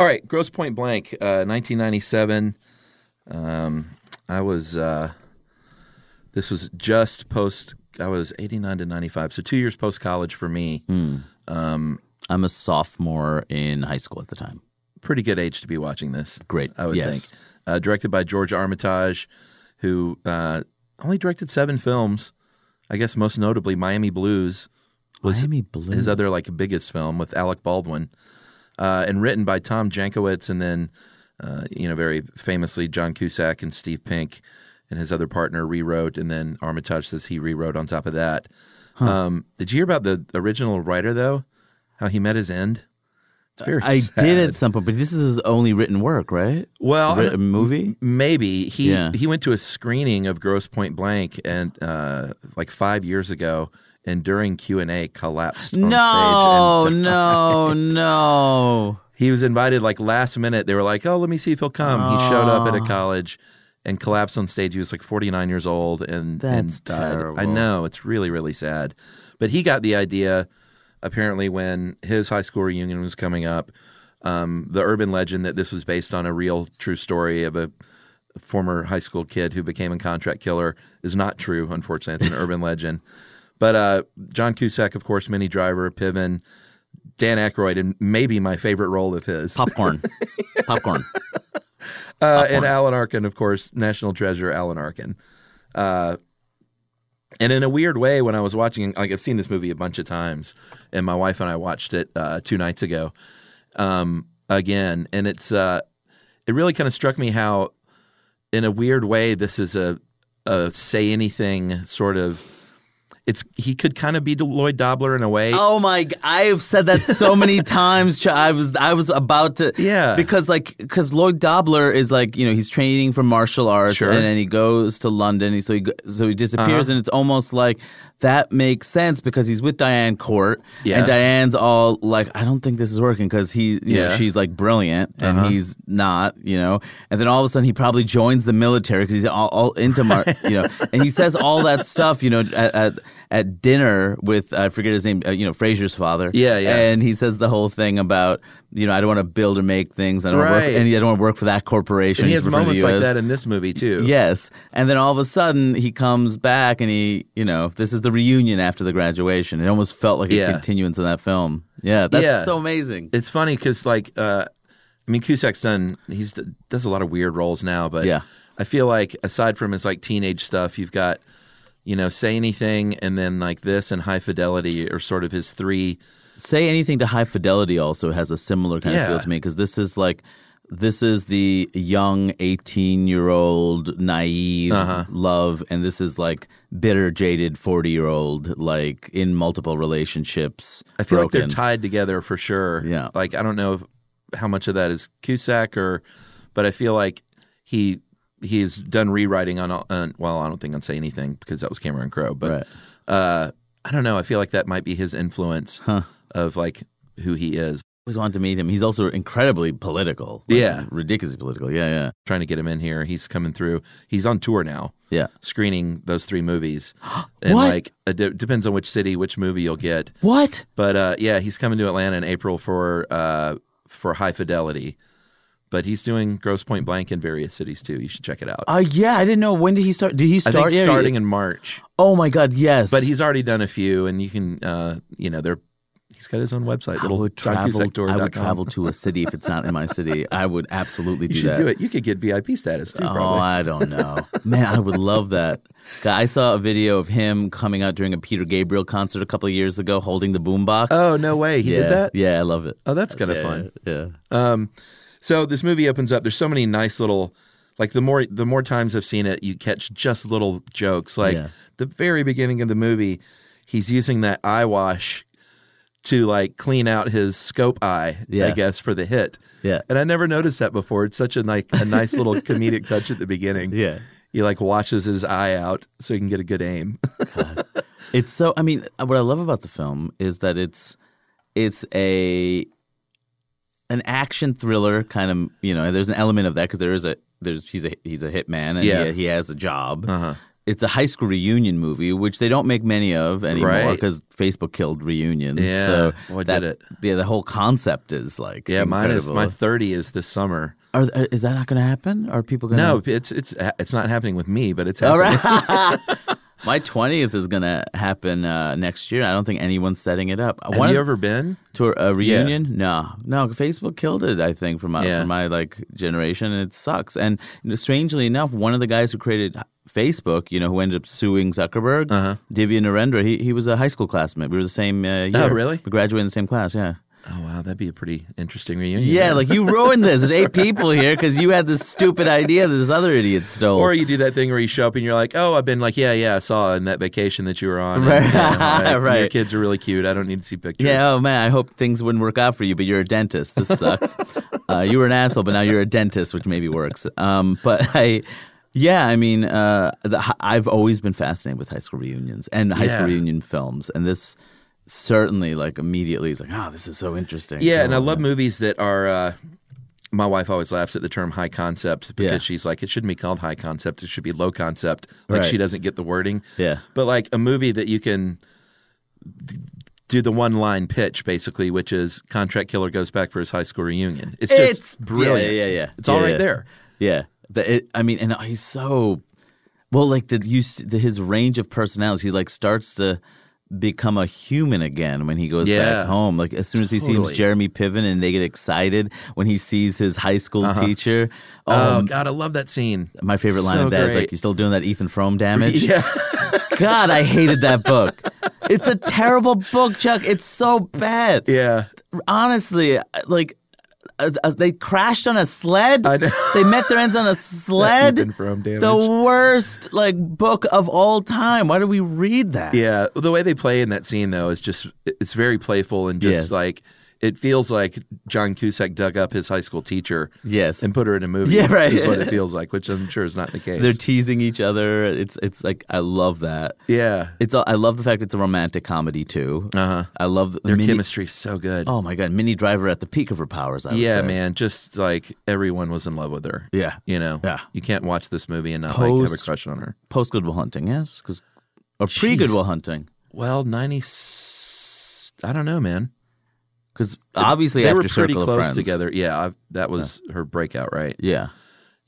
Speaker 1: All right, Gross Point Blank, uh, 1997. Um, I was, uh, this was just post, I was 89 to 95, so two years post college for me.
Speaker 2: Hmm. I'm a sophomore in high school at the time.
Speaker 1: Pretty good age to be watching this.
Speaker 2: Great,
Speaker 1: I would
Speaker 2: yes.
Speaker 1: think. Uh, directed by George Armitage, who uh, only directed seven films. I guess most notably Miami Blues, Was-
Speaker 2: Miami Blue.
Speaker 1: his other like biggest film with Alec Baldwin, uh, and written by Tom Jankowitz, and then uh, you know very famously John Cusack and Steve Pink and his other partner rewrote, and then Armitage says he rewrote on top of that. Um, did you hear about the original writer though? How he met his end. It's very. <laughs>
Speaker 2: I
Speaker 1: sad.
Speaker 2: did at some point, but this is his only written work, right?
Speaker 1: Well,
Speaker 2: Writ- movie.
Speaker 1: Maybe he
Speaker 2: Yeah.
Speaker 1: he went to a screening of Gross Point Blank and uh, like five years ago, and during Q and A collapsed. on
Speaker 2: No,
Speaker 1: stage and <laughs>
Speaker 2: no, no.
Speaker 1: He was invited like last minute. They were like, "Oh, let me see if he'll come." He showed up
Speaker 2: Oh.
Speaker 1: at a college and collapsed on stage. He was like 49 years old and and
Speaker 2: That's
Speaker 1: died. I
Speaker 2: terrible.
Speaker 1: know it's really really sad, but he got the idea. apparently when his high school reunion was coming up, um, the urban legend that this was based on a real true story of a former high school kid who became a contract killer is not true. Unfortunately, it's an urban legend. But uh, John Cusack, of course, Minnie Driver, Piven, Dan Aykroyd, and maybe my favorite role of his,
Speaker 2: Popcorn. Popcorn.
Speaker 1: uh, and Alan Arkin, of course, National Treasure Alan Arkin. Uh, and in a weird way, when I was watching, like I've seen this movie a bunch of times, and my wife and I watched it uh, two nights ago um, again, and it's uh, it really kind of struck me how, in a weird way, this is a, a say anything sort of. It's he could kind of be Lloyd Dobler in a way.
Speaker 2: Oh my! g- I've said that so
Speaker 1: <laughs>
Speaker 2: many times. Ch- I was I was about to
Speaker 1: Yeah.
Speaker 2: because like because Lloyd Dobler is like you know he's training for martial arts
Speaker 1: Sure. Uh-huh.
Speaker 2: and then he goes to London. and So he go- so he disappears and it's almost like that makes sense because he's with Diane Court
Speaker 1: Yeah.
Speaker 2: and Diane's all like I don't think this is working because he you
Speaker 1: Yeah. Uh-huh.
Speaker 2: know, she's like brilliant and he's not you know and then all of a sudden he probably joins the military because he's all, all
Speaker 1: <laughs>
Speaker 2: into mar- you know and he says all that stuff you know at at, at dinner with I forget his name uh, you know Fraser's father
Speaker 1: Yeah, yeah.
Speaker 2: and he says the whole thing about you know I don't want to build or make things I don't wanna
Speaker 1: Right.
Speaker 2: work and I don't want to work for that corporation
Speaker 1: and he
Speaker 2: He's
Speaker 1: has
Speaker 2: referring to
Speaker 1: moments
Speaker 2: you
Speaker 1: like
Speaker 2: as-
Speaker 1: that in this movie too.
Speaker 2: Yes, and then all of a sudden he comes back, and he, you know, this is the reunion after the graduation. It almost felt like a
Speaker 1: Yeah.
Speaker 2: continuance of that film. Yeah, that's
Speaker 1: Yeah.
Speaker 2: so amazing.
Speaker 1: it's funny because like uh, I mean Cusack's done he's d- does a lot of weird roles now, but
Speaker 2: Yeah.
Speaker 1: I feel like aside from his like teenage stuff, you've got you know say anything and then like this and high fidelity are sort of his three.
Speaker 2: Say anything to high fidelity also has a similar kind
Speaker 1: Yeah.
Speaker 2: of feel to me because this is like. This is the young 18 year old naive
Speaker 1: Uh-huh.
Speaker 2: love, and this is like bitter, jaded 40 year old, like in multiple relationships.
Speaker 1: I feel
Speaker 2: broken.
Speaker 1: like they're tied together for sure.
Speaker 2: Yeah.
Speaker 1: like I don't know if- how much of that is Cusack or, but I feel like he. He's done rewriting on, all- on well, I don't think on say anything because that was Cameron Crowe, but
Speaker 2: Right.
Speaker 1: uh, I don't know. I feel like that might be his influence of like who he is.
Speaker 2: Always wanted to meet him. He's also incredibly political. like,
Speaker 1: Yeah.
Speaker 2: Ridiculously political. Yeah, yeah.
Speaker 1: trying to get him in here. He's coming through. He's on tour now,
Speaker 2: Yeah.
Speaker 1: screening those three
Speaker 2: <gasps>
Speaker 1: movies. And
Speaker 2: What?
Speaker 1: like, it de- depends on which city, which movie you'll get.
Speaker 2: What?
Speaker 1: But uh, yeah, he's coming to Atlanta in April for uh, for High Fidelity. But he's doing Gross Point Blank in various cities too. You should check it out.
Speaker 2: Uh, yeah, I didn't know. When did he start? Did he
Speaker 1: I
Speaker 2: start?
Speaker 1: think
Speaker 2: Yeah,
Speaker 1: starting
Speaker 2: yeah.
Speaker 1: in March.
Speaker 2: oh my God, yes.
Speaker 1: But he's already done a few, and you can, uh, you know, they're. He's got his own website.
Speaker 2: I
Speaker 1: little
Speaker 2: would travel. I
Speaker 1: doncusectour.com.
Speaker 2: would travel to a city if it's not in my city. I would absolutely
Speaker 1: <laughs>
Speaker 2: do
Speaker 1: You should
Speaker 2: that.
Speaker 1: do it. You could get VIP status too.
Speaker 2: Oh,
Speaker 1: probably.
Speaker 2: I don't know. Man, I would love that. God, I saw a video of him coming out during a Peter Gabriel concert a couple of years ago holding the boombox.
Speaker 1: oh no way! He
Speaker 2: yeah,
Speaker 1: did that.
Speaker 2: Yeah, I love it.
Speaker 1: Oh, that's kind of
Speaker 2: yeah,
Speaker 1: fun.
Speaker 2: Yeah.
Speaker 1: Um, so this movie opens up. There's so many nice little, like the more the more times I've seen it, you catch just little jokes. Like
Speaker 2: Yeah.
Speaker 1: the very beginning of the movie, he's using that eye wash to like clean out his scope eye, I
Speaker 2: Yeah.
Speaker 1: guess, for the hit.
Speaker 2: Yeah.
Speaker 1: <laughs> And I never noticed that before. It's such a like a nice
Speaker 2: <laughs>
Speaker 1: little comedic touch at the beginning.
Speaker 2: Yeah.
Speaker 1: He like washes his eye out so he can get a good
Speaker 2: <laughs>
Speaker 1: aim.
Speaker 2: It's so. I mean, what I love about the film is that it's it's a an action thriller kind of. You know, there's an element of that because there is a there's he's a he's a hitman and
Speaker 1: Yeah.
Speaker 2: he, he has a job.
Speaker 1: Uh-huh.
Speaker 2: It's a high school reunion movie, which they don't make many of anymore
Speaker 1: Right.
Speaker 2: because Facebook killed reunions.
Speaker 1: Yeah.
Speaker 2: so
Speaker 1: Boy, did
Speaker 2: that,
Speaker 1: it.
Speaker 2: Yeah, the whole concept is like
Speaker 1: Yeah, mine is
Speaker 2: incredible.
Speaker 1: my thirty is this summer.
Speaker 2: Are, is that not going to happen? Are people going
Speaker 1: No, it's it's it's not happening with me, but it's happening.
Speaker 2: All
Speaker 1: <laughs>
Speaker 2: right. <laughs> My 20th is going to happen uh, next year. I don't think anyone's setting it up.
Speaker 1: Have
Speaker 2: One
Speaker 1: you
Speaker 2: of-
Speaker 1: ever been?
Speaker 2: to a reunion? No, no. Facebook killed it. I think for my
Speaker 1: Yeah.
Speaker 2: for my like generation, and it sucks. And you know, strangely enough, one of the guys who created Facebook, you know, who ended up suing Zuckerberg,
Speaker 1: Uh-huh. Oh,
Speaker 2: Divya Narendra, he he was a high school classmate. We were the same uh, year.
Speaker 1: really?
Speaker 2: We graduated in the same class. Yeah.
Speaker 1: Oh wow, that'd be a pretty interesting reunion.
Speaker 2: Yeah, like you ruined this. There's eight people here because you had this stupid idea that this other idiot stole.
Speaker 1: or you do that thing where you show up and you're like, "Oh, I've been like, yeah, yeah, I saw in that vacation that you were on." and,
Speaker 2: Right. <laughs>
Speaker 1: yeah, like, Your
Speaker 2: Right.
Speaker 1: kids are really cute. I don't need to see pictures.
Speaker 2: yeah, oh man, I hope things wouldn't work out for you, but you're a dentist. This
Speaker 1: <laughs>
Speaker 2: sucks. uh, you were an asshole, but now you're a dentist, which maybe works. Um, but I, yeah, I mean, uh, the, hi- I've always been fascinated with high school reunions and high
Speaker 1: Yeah.
Speaker 2: school reunion films, and this certainly, like, immediately is like, oh, this is so interesting.
Speaker 1: Yeah, and I
Speaker 2: Oh,
Speaker 1: love
Speaker 2: man.
Speaker 1: movies that are. Uh, my wife always laughs at the term high concept because
Speaker 2: Yeah.
Speaker 1: she's like, it shouldn't be called high concept. It should be low concept. Like
Speaker 2: Right.
Speaker 1: she doesn't get the wording.
Speaker 2: Yeah.
Speaker 1: But like a movie that you can d- do the one line pitch basically, which is contract killer goes back for his high school reunion. It's just
Speaker 2: It's
Speaker 1: brilliant.
Speaker 2: Yeah, yeah, yeah.
Speaker 1: It's all
Speaker 2: Yeah,
Speaker 1: right
Speaker 2: yeah.
Speaker 1: there.
Speaker 2: Yeah, the, it, I mean, and he's so well. Like the, you, s- the, his range of personalities, he like starts to become a human again when he goes
Speaker 1: Yeah.
Speaker 2: back home. Like as soon as he
Speaker 1: Totally.
Speaker 2: sees Jeremy Piven, and they get excited when he sees his high school teacher.
Speaker 1: Oh
Speaker 2: Um,
Speaker 1: God, I love that scene.
Speaker 2: my favorite line
Speaker 1: Uh-huh. So
Speaker 2: of that is
Speaker 1: great.
Speaker 2: like, "You still doing that Ethan Frome
Speaker 1: <laughs>
Speaker 2: damage?"
Speaker 1: Yeah,
Speaker 2: God, I hated that book. It's a terrible book, Chuck. It's so bad.
Speaker 1: yeah.
Speaker 2: honestly, like uh, uh, they crashed on a sled.
Speaker 1: I know.
Speaker 2: They met their ends
Speaker 1: <laughs>
Speaker 2: on a sled.
Speaker 1: Ethan Frome damage.
Speaker 2: The worst like book of all time. Why did we read that?
Speaker 1: Yeah, the way they play in that scene though is just it's very playful and just
Speaker 2: Yes.
Speaker 1: like it feels like John Cusack dug up his high school teacher
Speaker 2: Yes.
Speaker 1: and put her in a movie.
Speaker 2: Yeah, right.
Speaker 1: Is what it feels like, which I'm sure is not the case.
Speaker 2: They're teasing each other. It's it's like I love that.
Speaker 1: yeah,
Speaker 2: It's a- I love the fact it's a romantic comedy too.
Speaker 1: Uh-huh.
Speaker 2: I love
Speaker 1: their
Speaker 2: Minnie-
Speaker 1: chemistry is so good.
Speaker 2: Oh my god, Mini Driver at the peak of her powers. I would
Speaker 1: yeah,
Speaker 2: say.
Speaker 1: man, just like everyone was in love with her.
Speaker 2: Yeah.
Speaker 1: you know.
Speaker 2: Yeah.
Speaker 1: you can't watch this movie and not like have a
Speaker 2: Post-
Speaker 1: crush on her.
Speaker 2: Post Goodwill Hunting, yes, because or pre
Speaker 1: Jeez.
Speaker 2: Goodwill Hunting,
Speaker 1: Well, ninety. I don't know, man.
Speaker 2: because obviously
Speaker 1: they
Speaker 2: after
Speaker 1: were pretty
Speaker 2: Circle of
Speaker 1: close
Speaker 2: Friends.
Speaker 1: together. Yeah, I, that was her breakout, right?
Speaker 2: Yeah,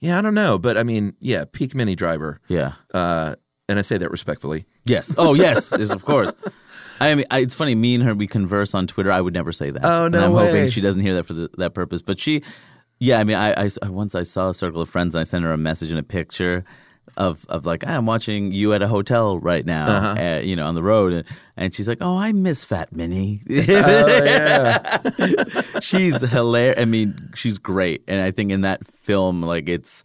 Speaker 1: Yeah, I don't know, but I mean, yeah, peak mini driver.
Speaker 2: yeah.
Speaker 1: Uh, and I say that respectfully.
Speaker 2: Yes. Oh, yes. Yes, of course. I mean, I, it's funny. Me and her, we converse on Twitter. I would never say that.
Speaker 1: Oh, no
Speaker 2: And I'm
Speaker 1: way.
Speaker 2: hoping she doesn't hear that for the, that purpose. But she, yeah. I mean, I, I- I- once I saw a circle of friends, and I sent her a message and a picture of of like I'm watching you at a hotel right now,
Speaker 1: Uh-huh.
Speaker 2: uh, you know, on the road, and, and she's like, "Oh, I miss Fat Minnie."
Speaker 1: Oh,
Speaker 2: <laughs> she's hilarious. I mean, she's great, and I think in that film, like it's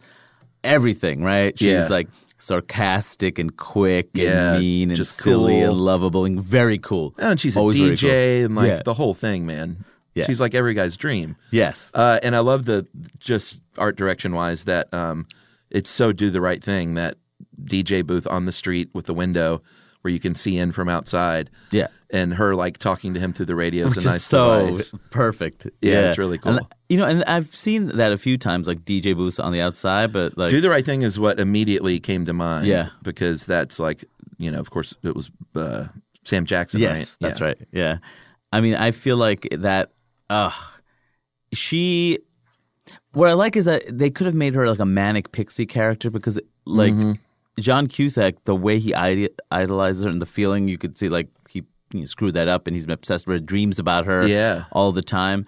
Speaker 2: everything, right? She's
Speaker 1: Yeah.
Speaker 2: like sarcastic and quick
Speaker 1: Yeah,
Speaker 2: and mean and
Speaker 1: just
Speaker 2: silly
Speaker 1: cool.
Speaker 2: and lovable and very cool.
Speaker 1: Oh, and she's a
Speaker 2: Always very
Speaker 1: DJ and like
Speaker 2: Yeah.
Speaker 1: the whole thing, man.
Speaker 2: Yeah.
Speaker 1: She's like every guy's dream.
Speaker 2: Yes.
Speaker 1: Uh, and I love the just art direction wise that um, it's so do the right thing that DJ booth on the street with the window where you can see in from outside.
Speaker 2: Yeah.
Speaker 1: And her like talking to him through the radio is
Speaker 2: Which
Speaker 1: a
Speaker 2: is
Speaker 1: nice
Speaker 2: so
Speaker 1: device.
Speaker 2: perfect.
Speaker 1: Yeah, it's really cool.
Speaker 2: And, you know, and I've seen that a few times, like DJ booths on the outside, but like
Speaker 1: do the right thing is what immediately came to mind.
Speaker 2: Yeah.
Speaker 1: Because that's like, you know, of course it was uh, Sam Jackson,
Speaker 2: yes,
Speaker 1: right?
Speaker 2: that's
Speaker 1: Yeah.
Speaker 2: right. Yeah, I mean, I feel like that. Ugh, she. What I like is that they could have made her like a manic pixie character because, like,
Speaker 1: Mm-hmm.
Speaker 2: John Cusack, the way he ide- idolizes her and the feeling you could see, like he you know, screwed that up and he's obsessed with her, dreams about her,
Speaker 1: Yeah.
Speaker 2: all the time.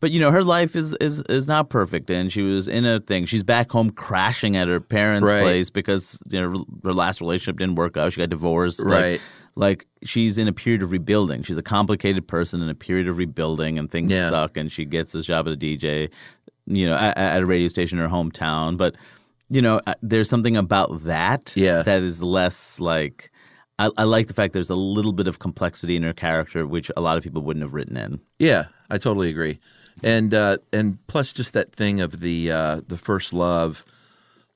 Speaker 2: But you know, her life is is is not perfect, and she was in a thing. She's back home crashing at her parents'
Speaker 1: Right.
Speaker 2: place because you know her last relationship didn't work out. She got divorced. Like-
Speaker 1: Right.
Speaker 2: like she's in a period of rebuilding. She's a complicated person in a period of rebuilding, and things
Speaker 1: Yeah.
Speaker 2: suck. And she gets this job at a DJ, you know, at, at a radio station in her hometown. But you know, uh, there's something about that
Speaker 1: Yeah.
Speaker 2: that is less like. I, I like the fact there's a little bit of complexity in her character, which a lot of people wouldn't have written in.
Speaker 1: Yeah, I totally agree, and uh, and plus just that thing of the uh, the first love,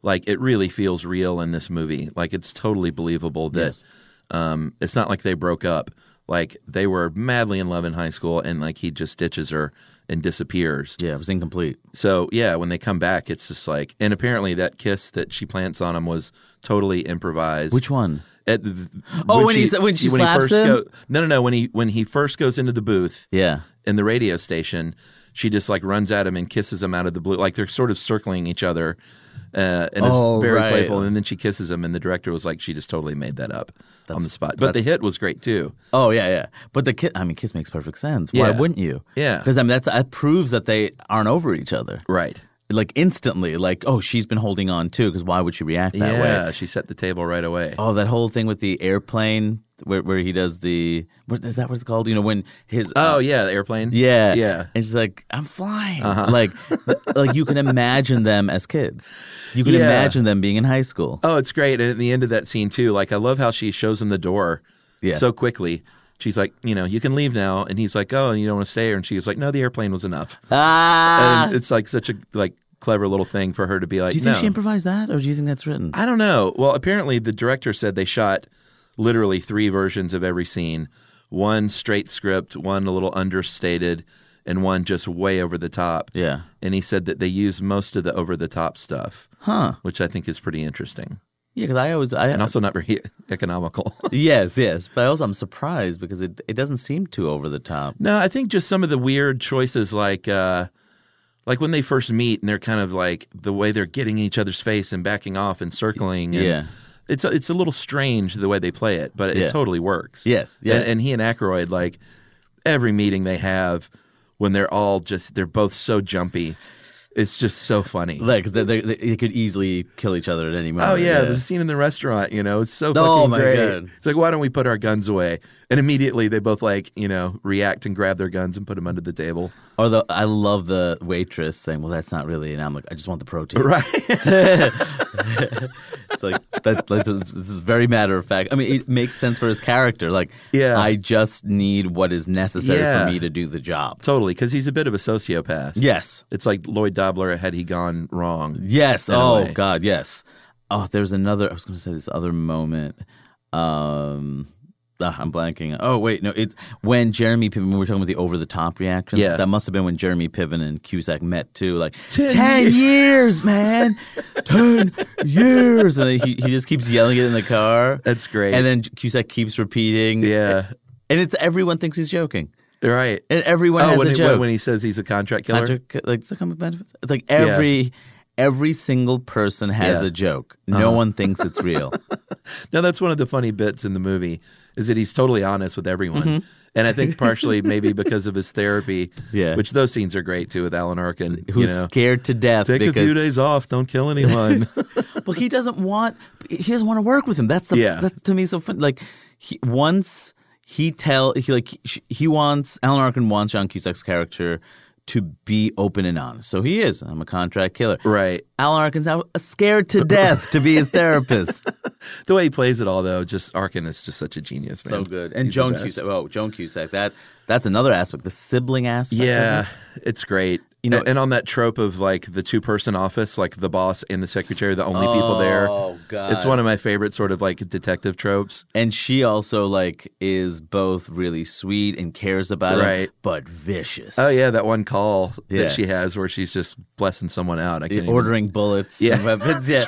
Speaker 1: like it really feels real in this movie. Like it's totally believable that
Speaker 2: Yes.
Speaker 1: um, it's not like they broke up. Like they were madly in love in high school, and like he just ditches her and disappears.
Speaker 2: Yeah, it was incomplete.
Speaker 1: So yeah, when they come back, it's just like, and apparently that kiss that she plants on him was totally improvised.
Speaker 2: Which one?
Speaker 1: At the,
Speaker 2: Oh, when he's- when she
Speaker 1: he
Speaker 2: slaps
Speaker 1: first
Speaker 2: him?
Speaker 1: Go, no, no, no. When he when he first goes into the booth,
Speaker 2: Yeah.
Speaker 1: in the radio station, she just like runs at him and kisses him out of the blue. Like they're sort of circling each other. Uh, and
Speaker 2: Oh,
Speaker 1: it's very
Speaker 2: right.
Speaker 1: playful, and then she kisses him, and the director was like, "She just totally made that up on the spot." But the hit was great too.
Speaker 2: Oh yeah, yeah. But the kiss, I mean, kiss makes perfect sense. Why
Speaker 1: Yeah.
Speaker 2: wouldn't you?
Speaker 1: Yeah.
Speaker 2: because I mean that's that proves that they aren't over each other.
Speaker 1: Right?
Speaker 2: like instantly, like, oh, she's been holding on too, because why would she react that
Speaker 1: yeah,
Speaker 2: way?
Speaker 1: she set the table right away.
Speaker 2: Oh, that whole thing with the airplane where, where he does the what is that what it's called? You know, when his
Speaker 1: Oh yeah, the airplane.
Speaker 2: yeah
Speaker 1: yeah. Uh-huh.
Speaker 2: and she's like, I'm flying. <laughs> Like, like you can imagine them as kids. You can
Speaker 1: Yeah.
Speaker 2: imagine them being in high school.
Speaker 1: Oh, it's great. And at the end of that scene too, like I love how she shows him the door
Speaker 2: Yeah.
Speaker 1: so quickly. She's like, you know, you can leave now, and he's like, oh, you don't want to stay here, and she's like, no, the airplane was enough.
Speaker 2: Ah,
Speaker 1: and it's like such a like clever little thing for her to be like.
Speaker 2: do you think
Speaker 1: no.
Speaker 2: she improvised that, or do you think that's written?
Speaker 1: I don't know. Well, apparently the director said they shot literally three versions of every scene one straight script, one a little understated, and one just way over the top.
Speaker 2: yeah.
Speaker 1: And he said that they used most of the over the top stuff,
Speaker 2: Huh.
Speaker 1: which I think is pretty interesting.
Speaker 2: Yeah, because I always I
Speaker 1: and also not very <laughs> economical.
Speaker 2: yes yes, but I also I'm surprised because it it doesn't seem too over the top.
Speaker 1: no, I think just some of the weird choices, like uh, like when they first meet and they're kind of like the way they're getting in each other's face and backing off and circling. And
Speaker 2: Yeah.
Speaker 1: it's a, it's a little strange the way they play it, but
Speaker 2: Yeah.
Speaker 1: it totally works.
Speaker 2: Yes, yeah.
Speaker 1: And, and he and Aykroyd, like every meeting they have, when they're all just they're both so jumpy, it's just so funny.
Speaker 2: Like, cause they, they, they could easily kill each other at any moment.
Speaker 1: Oh yeah, the scene in the restaurant, you know, it's so fucking
Speaker 2: Oh, my
Speaker 1: great.
Speaker 2: God.
Speaker 1: It's like, why don't we put our guns away? And immediately they both like, you know, react and grab their guns and put them under the table.
Speaker 2: Or the I love the waitress saying, "Well, that's not really," and I'm like, "I just want the <laughs> protein."
Speaker 1: Right.
Speaker 2: It's like
Speaker 1: <laughs>
Speaker 2: that. Like, this this is very matter of fact. I mean, it makes sense for his character. Like,
Speaker 1: Yeah.
Speaker 2: I just need what is necessary
Speaker 1: Yeah.
Speaker 2: for me to do the
Speaker 1: <laughs>
Speaker 2: job.
Speaker 1: totally, because he's a bit of a sociopath.
Speaker 2: Yes,
Speaker 1: It's like Lloyd Dobler had he gone wrong.
Speaker 2: yes.
Speaker 1: In a
Speaker 2: oh
Speaker 1: way.
Speaker 2: God, yes. Oh, there's another. I was going to say this other moment. Um, ah, I'm blanking. Oh wait, no. It's when Jeremy Piven. When we were talking about the over the top reactions.
Speaker 1: Yeah.
Speaker 2: that must have been when Jeremy Piven and Cusack met too. Like
Speaker 1: Ten
Speaker 2: ten, years. man. ten years, and then he he just keeps yelling it in the car.
Speaker 1: That's great.
Speaker 2: And then Cusack keeps repeating.
Speaker 1: Yeah.
Speaker 2: And it's everyone thinks he's joking.
Speaker 1: Right.
Speaker 2: And everyone
Speaker 1: oh,
Speaker 2: has
Speaker 1: when,
Speaker 2: a
Speaker 1: he-
Speaker 2: joke.
Speaker 1: when he says he's a contract killer.
Speaker 2: Contract ki- like second benefits. It's like every every single person has
Speaker 1: Yeah. Uh-huh.
Speaker 2: a joke. No one thinks it's
Speaker 1: <laughs>
Speaker 2: real.
Speaker 1: Now that's one of the funny bits in the movie is that he's totally honest with everyone,
Speaker 2: Mm-hmm.
Speaker 1: and I
Speaker 2: <laughs>
Speaker 1: think partially maybe because of his therapy.
Speaker 2: Yeah.
Speaker 1: which those scenes are great too with Alan Arkin. you
Speaker 2: Who's
Speaker 1: know.
Speaker 2: scared to death
Speaker 1: Take a few
Speaker 2: because
Speaker 1: days off. Don't kill
Speaker 2: <laughs>
Speaker 1: anyone. <laughs>
Speaker 2: well he doesn't want he doesn't want to work with him. That's the
Speaker 1: Yeah.
Speaker 2: that's to me so fun. Like he, once he tell he like sh- he wants Alan Arkin wants John Cusack's character to be open and honest. So he is. I'm a contract killer.
Speaker 1: right.
Speaker 2: Alan Arkin's out scared to death to be his therapist.
Speaker 1: <laughs> The way he plays it all, though, just Arkin is just such a genius, man.
Speaker 2: so good. And
Speaker 1: He's the
Speaker 2: Joan
Speaker 1: best.
Speaker 2: Cusack. Oh, Joan Cusack. That that's another aspect, the sibling aspect. of
Speaker 1: Yeah,
Speaker 2: it.
Speaker 1: it's great. You
Speaker 2: You
Speaker 1: know,
Speaker 2: know-
Speaker 1: and, on that trope of like the two-person office, like the boss and the secretary, are the only people there.
Speaker 2: Oh, God.
Speaker 1: It's one of my favorite sort of like detective tropes.
Speaker 2: And she also like is both really sweet and cares about
Speaker 1: Right.
Speaker 2: it, but vicious.
Speaker 1: Oh yeah, that one call
Speaker 2: Yeah.
Speaker 1: that she has where she's just blessing someone out. I
Speaker 2: The
Speaker 1: can't even-
Speaker 2: ordering bullets
Speaker 1: Yeah,
Speaker 2: and <laughs> weapons. Yeah.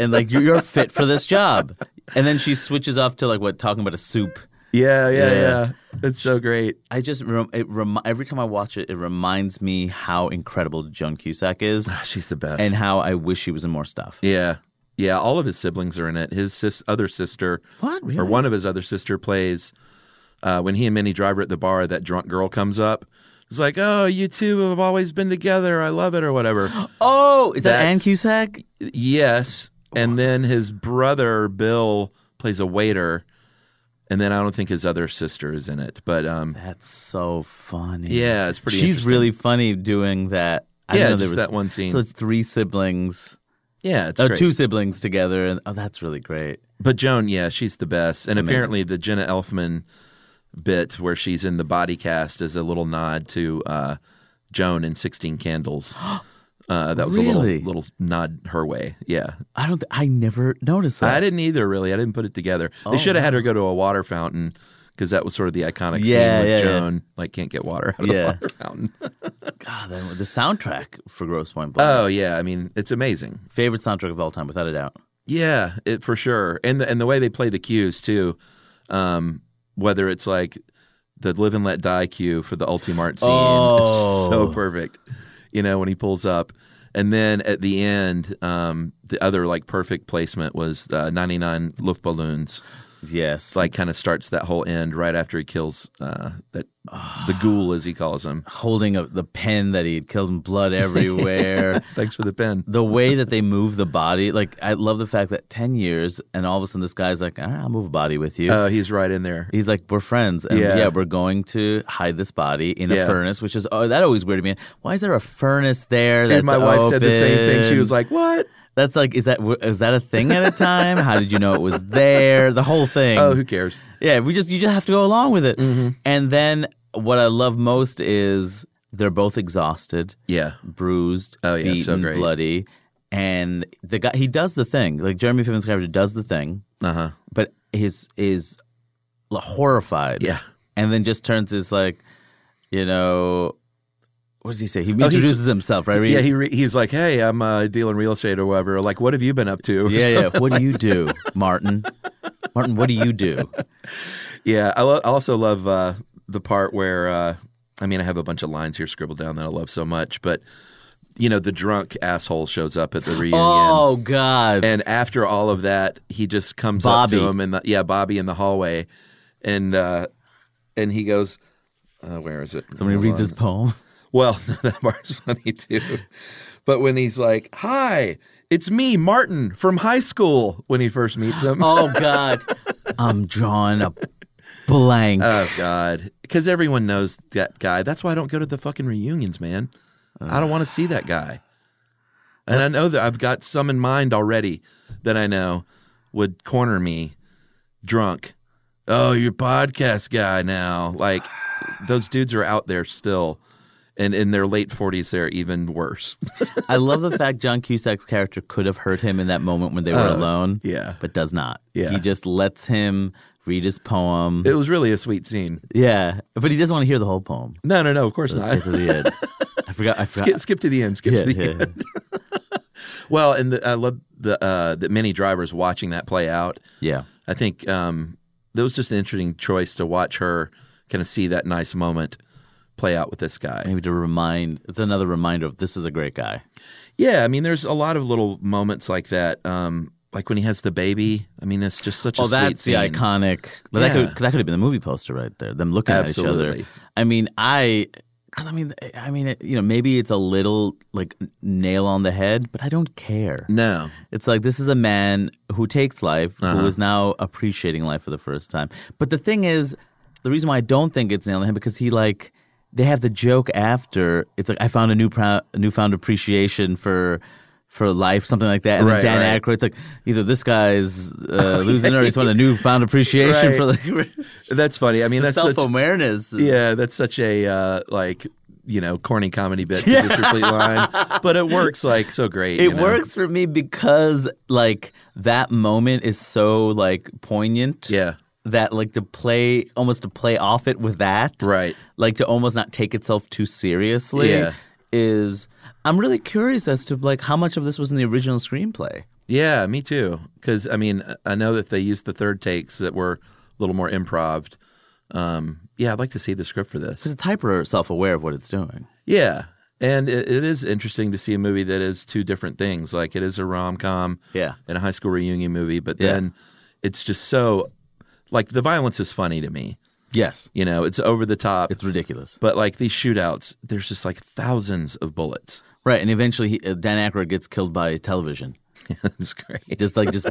Speaker 2: And like you- you're fit for this job. And then she switches off to like what talking about a soup.
Speaker 1: Yeah, yeah, yeah,
Speaker 2: Yeah.
Speaker 1: It's so great.
Speaker 2: I just rem- it rem- every time I watch it, it reminds me how incredible Joan Cusack is,
Speaker 1: Ah, She's the best.
Speaker 2: and how I wish she was in more stuff.
Speaker 1: yeah, yeah. All of his siblings are in it. His sis- other sister,
Speaker 2: What?
Speaker 1: or
Speaker 2: Really?
Speaker 1: one of his other sister plays. Uh, when he and Minnie Driver at the bar, that drunk girl comes up. It's like, oh, you two have always been together. I love it, or <gasps> whatever.
Speaker 2: Oh, is that
Speaker 1: That's-
Speaker 2: Anne Cusack?
Speaker 1: yes. And then his brother Bill plays a waiter, and then I don't think his other sister is in it. But um,
Speaker 2: That's so funny.
Speaker 1: yeah, it's pretty.
Speaker 2: she's
Speaker 1: interesting.
Speaker 2: really funny doing that. I didn't
Speaker 1: Yeah,
Speaker 2: know there
Speaker 1: just
Speaker 2: was
Speaker 1: that one scene.
Speaker 2: So it's three siblings,
Speaker 1: yeah, it's
Speaker 2: oh,
Speaker 1: great.
Speaker 2: two siblings together, and oh, that's really great.
Speaker 1: But Joan, yeah, she's the best. And apparently the Jenna Elfman bit where she's in the body cast is a little nod to uh, Joan in Sixteen
Speaker 2: <gasps>
Speaker 1: Candles. Uh, that was a
Speaker 2: Really?
Speaker 1: little little nod her way. Yeah,
Speaker 2: I don't. Th- I never noticed that. Oh,
Speaker 1: I didn't either. Really, I didn't put it together. they should have had her go to a water fountain because that was sort of the iconic
Speaker 2: Yeah,
Speaker 1: scene with
Speaker 2: yeah, yeah.
Speaker 1: Joan, like can't get water out of
Speaker 2: Yeah.
Speaker 1: the water fountain.
Speaker 2: God, that- the soundtrack for Gross Point Blank.
Speaker 1: oh yeah, I mean it's amazing.
Speaker 2: favorite soundtrack of all time, without a doubt.
Speaker 1: Yeah, it for sure. And the and the way they play the cues too. Um, whether it's like the live and let die cue for the Ultimart scene. It's just so
Speaker 2: Oh.
Speaker 1: perfect. You know, when he pulls up. And then at the end, um, the other like perfect placement was uh, 99 Luftballons.
Speaker 2: Yes,
Speaker 1: Like kind of starts that whole end right after he kills uh, that the
Speaker 2: Ah.
Speaker 1: ghoul as he calls him.
Speaker 2: holding a, the pen that he had killed, and
Speaker 1: <laughs>
Speaker 2: blood everywhere.
Speaker 1: Thanks for the pen.
Speaker 2: the way that they move the body, like I love the fact that ten years, and all of a sudden this guy's like, "All right, "I'll move a body with you."
Speaker 1: Oh, he's right in there.
Speaker 2: He's like, we're friends, and
Speaker 1: Yeah.
Speaker 2: yeah. we're going to hide this body in
Speaker 1: Yeah.
Speaker 2: a furnace, which is oh, that always weirded me. out. Why is there a furnace there?
Speaker 1: Dude,
Speaker 2: that's
Speaker 1: my wife said the same thing. She
Speaker 2: open?
Speaker 1: was like, "What?
Speaker 2: "That's like, is that is that a thing at a time? How did you know it was there? The whole thing.
Speaker 1: Oh, who Mm-hmm. cares?"
Speaker 2: yeah, we just you just have to go along with it. And then what I love most is they're both exhausted,
Speaker 1: Yeah,
Speaker 2: bruised,
Speaker 1: Oh, yeah,
Speaker 2: beaten,
Speaker 1: so great.
Speaker 2: bloody, and the guy he does the thing. Like Jeremy Piven's character does the thing,
Speaker 1: uh huh.
Speaker 2: but his is horrified
Speaker 1: Yeah.
Speaker 2: and then just turns his like, you know, what does he say? He
Speaker 1: Oh, he's-
Speaker 2: introduces himself, right?
Speaker 1: yeah, he re- he's like, hey, I'm uh, dealing real estate or whatever. Like, what have you been up to?
Speaker 2: yeah, yeah. What do you do, Martin? Martin, what do you do?
Speaker 1: <laughs> Yeah, I lo- I also love uh, the part where uh, I mean, I have a bunch of lines here scribbled down that I love so much, but you know, the drunk asshole shows up at the reunion.
Speaker 2: Oh God!
Speaker 1: And after all of that, he just comes up
Speaker 2: Bobby.
Speaker 1: to him in the yeah, Bobby in the hallway, and uh, and he goes, uh, "Where is it?"
Speaker 2: Somebody
Speaker 1: Hold
Speaker 2: reads
Speaker 1: on. <laughs>
Speaker 2: his poem.
Speaker 1: Well, that part's funny too. But when he's like, "Hi, it's me, Martin from high school," when he first meets him.
Speaker 2: <gasps> Oh God! I'm drawing a blank.
Speaker 1: Oh God! Because everyone knows that guy. That's why I don't go to the fucking reunions, man. I don't want to see that guy. And I know that I've got some in mind already that I know would corner me, drunk. Oh, you're a podcast guy now. Like those dudes are out there still, and in their late forties, they're even worse. <laughs>
Speaker 2: I love the fact John Cusack's character could have hurt him in that moment when they were alone.
Speaker 1: Uh, yeah.
Speaker 2: but does not.
Speaker 1: Yeah.
Speaker 2: he just lets him read his poem.
Speaker 1: it was really a sweet scene.
Speaker 2: yeah, but he doesn't want to hear the whole poem.
Speaker 1: No, no, no. Of course
Speaker 2: Let's
Speaker 1: not.
Speaker 2: get to the end. I forgot. I
Speaker 1: <laughs>
Speaker 2: forgot.
Speaker 1: skip, skip to the end. Skip
Speaker 2: Yeah,
Speaker 1: to the
Speaker 2: yeah.
Speaker 1: end. <laughs> Well, and the, I love the uh, that many drivers watching that play out.
Speaker 2: yeah.
Speaker 1: I think um, that was just an interesting choice to watch her kind of see that nice moment play out with this guy.
Speaker 2: Maybe to remind. It's another reminder of this is a great guy. Oh,
Speaker 1: Yeah, I mean, there's a lot of little moments like that. Um, like when he has the baby. I mean, it's just such a
Speaker 2: oh,
Speaker 1: sweet
Speaker 2: that's the
Speaker 1: scene.
Speaker 2: iconic. But that
Speaker 1: Yeah.
Speaker 2: could that could have been the movie poster right there. Them looking at each
Speaker 1: Absolutely.
Speaker 2: other. I mean, I because I mean, I mean, you know, maybe it's a little like nail on the head, but I don't care.
Speaker 1: No,
Speaker 2: It's like this is a man who takes life,
Speaker 1: Uh-huh.
Speaker 2: who is now appreciating life for the first time. But the thing is, the reason why I don't think it's nailed on him because he like they have the joke after. It's like I found a new prou- newfound appreciation for. For life, something like that, and
Speaker 1: Right,
Speaker 2: then Dan
Speaker 1: right.
Speaker 2: Aykroyd's like, either this guy's
Speaker 1: <laughs>
Speaker 2: uh, losing or he's found a newfound appreciation for <laughs>
Speaker 1: Right.
Speaker 2: like
Speaker 1: that's funny. I mean, that's
Speaker 2: self
Speaker 1: such,
Speaker 2: awareness.
Speaker 1: yeah, that's such a uh, like you know corny comedy bit to just repeat line, but it works like so great.
Speaker 2: It
Speaker 1: you know?
Speaker 2: works for me because like that moment is so like poignant.
Speaker 1: Yeah,
Speaker 2: that like to play almost to play off it with that
Speaker 1: Right.
Speaker 2: like to almost not take itself too seriously
Speaker 1: Yeah.
Speaker 2: is i'm really curious as to like how much of this was in the original screenplay
Speaker 1: Yeah, me too. Because I mean, I know that they used the third takes that were a little more improv. Um, yeah, I'd like to see the script for this.
Speaker 2: because it's hyper self-aware of what it's doing
Speaker 1: Yeah, and it, it is interesting to see a movie that is two different things. Like it is a rom com,
Speaker 2: Yeah.
Speaker 1: and a high school reunion movie, but
Speaker 2: Yeah.
Speaker 1: then it's just so like the violence is funny to me.
Speaker 2: yes
Speaker 1: You know, it's over the top.
Speaker 2: it's ridiculous
Speaker 1: but like these shootouts, there's just like thousands of bullets. <laughs>
Speaker 2: right and eventually he, uh, dan Aykroyd gets killed by television
Speaker 1: That's great.
Speaker 2: just like
Speaker 1: <laughs>
Speaker 2: just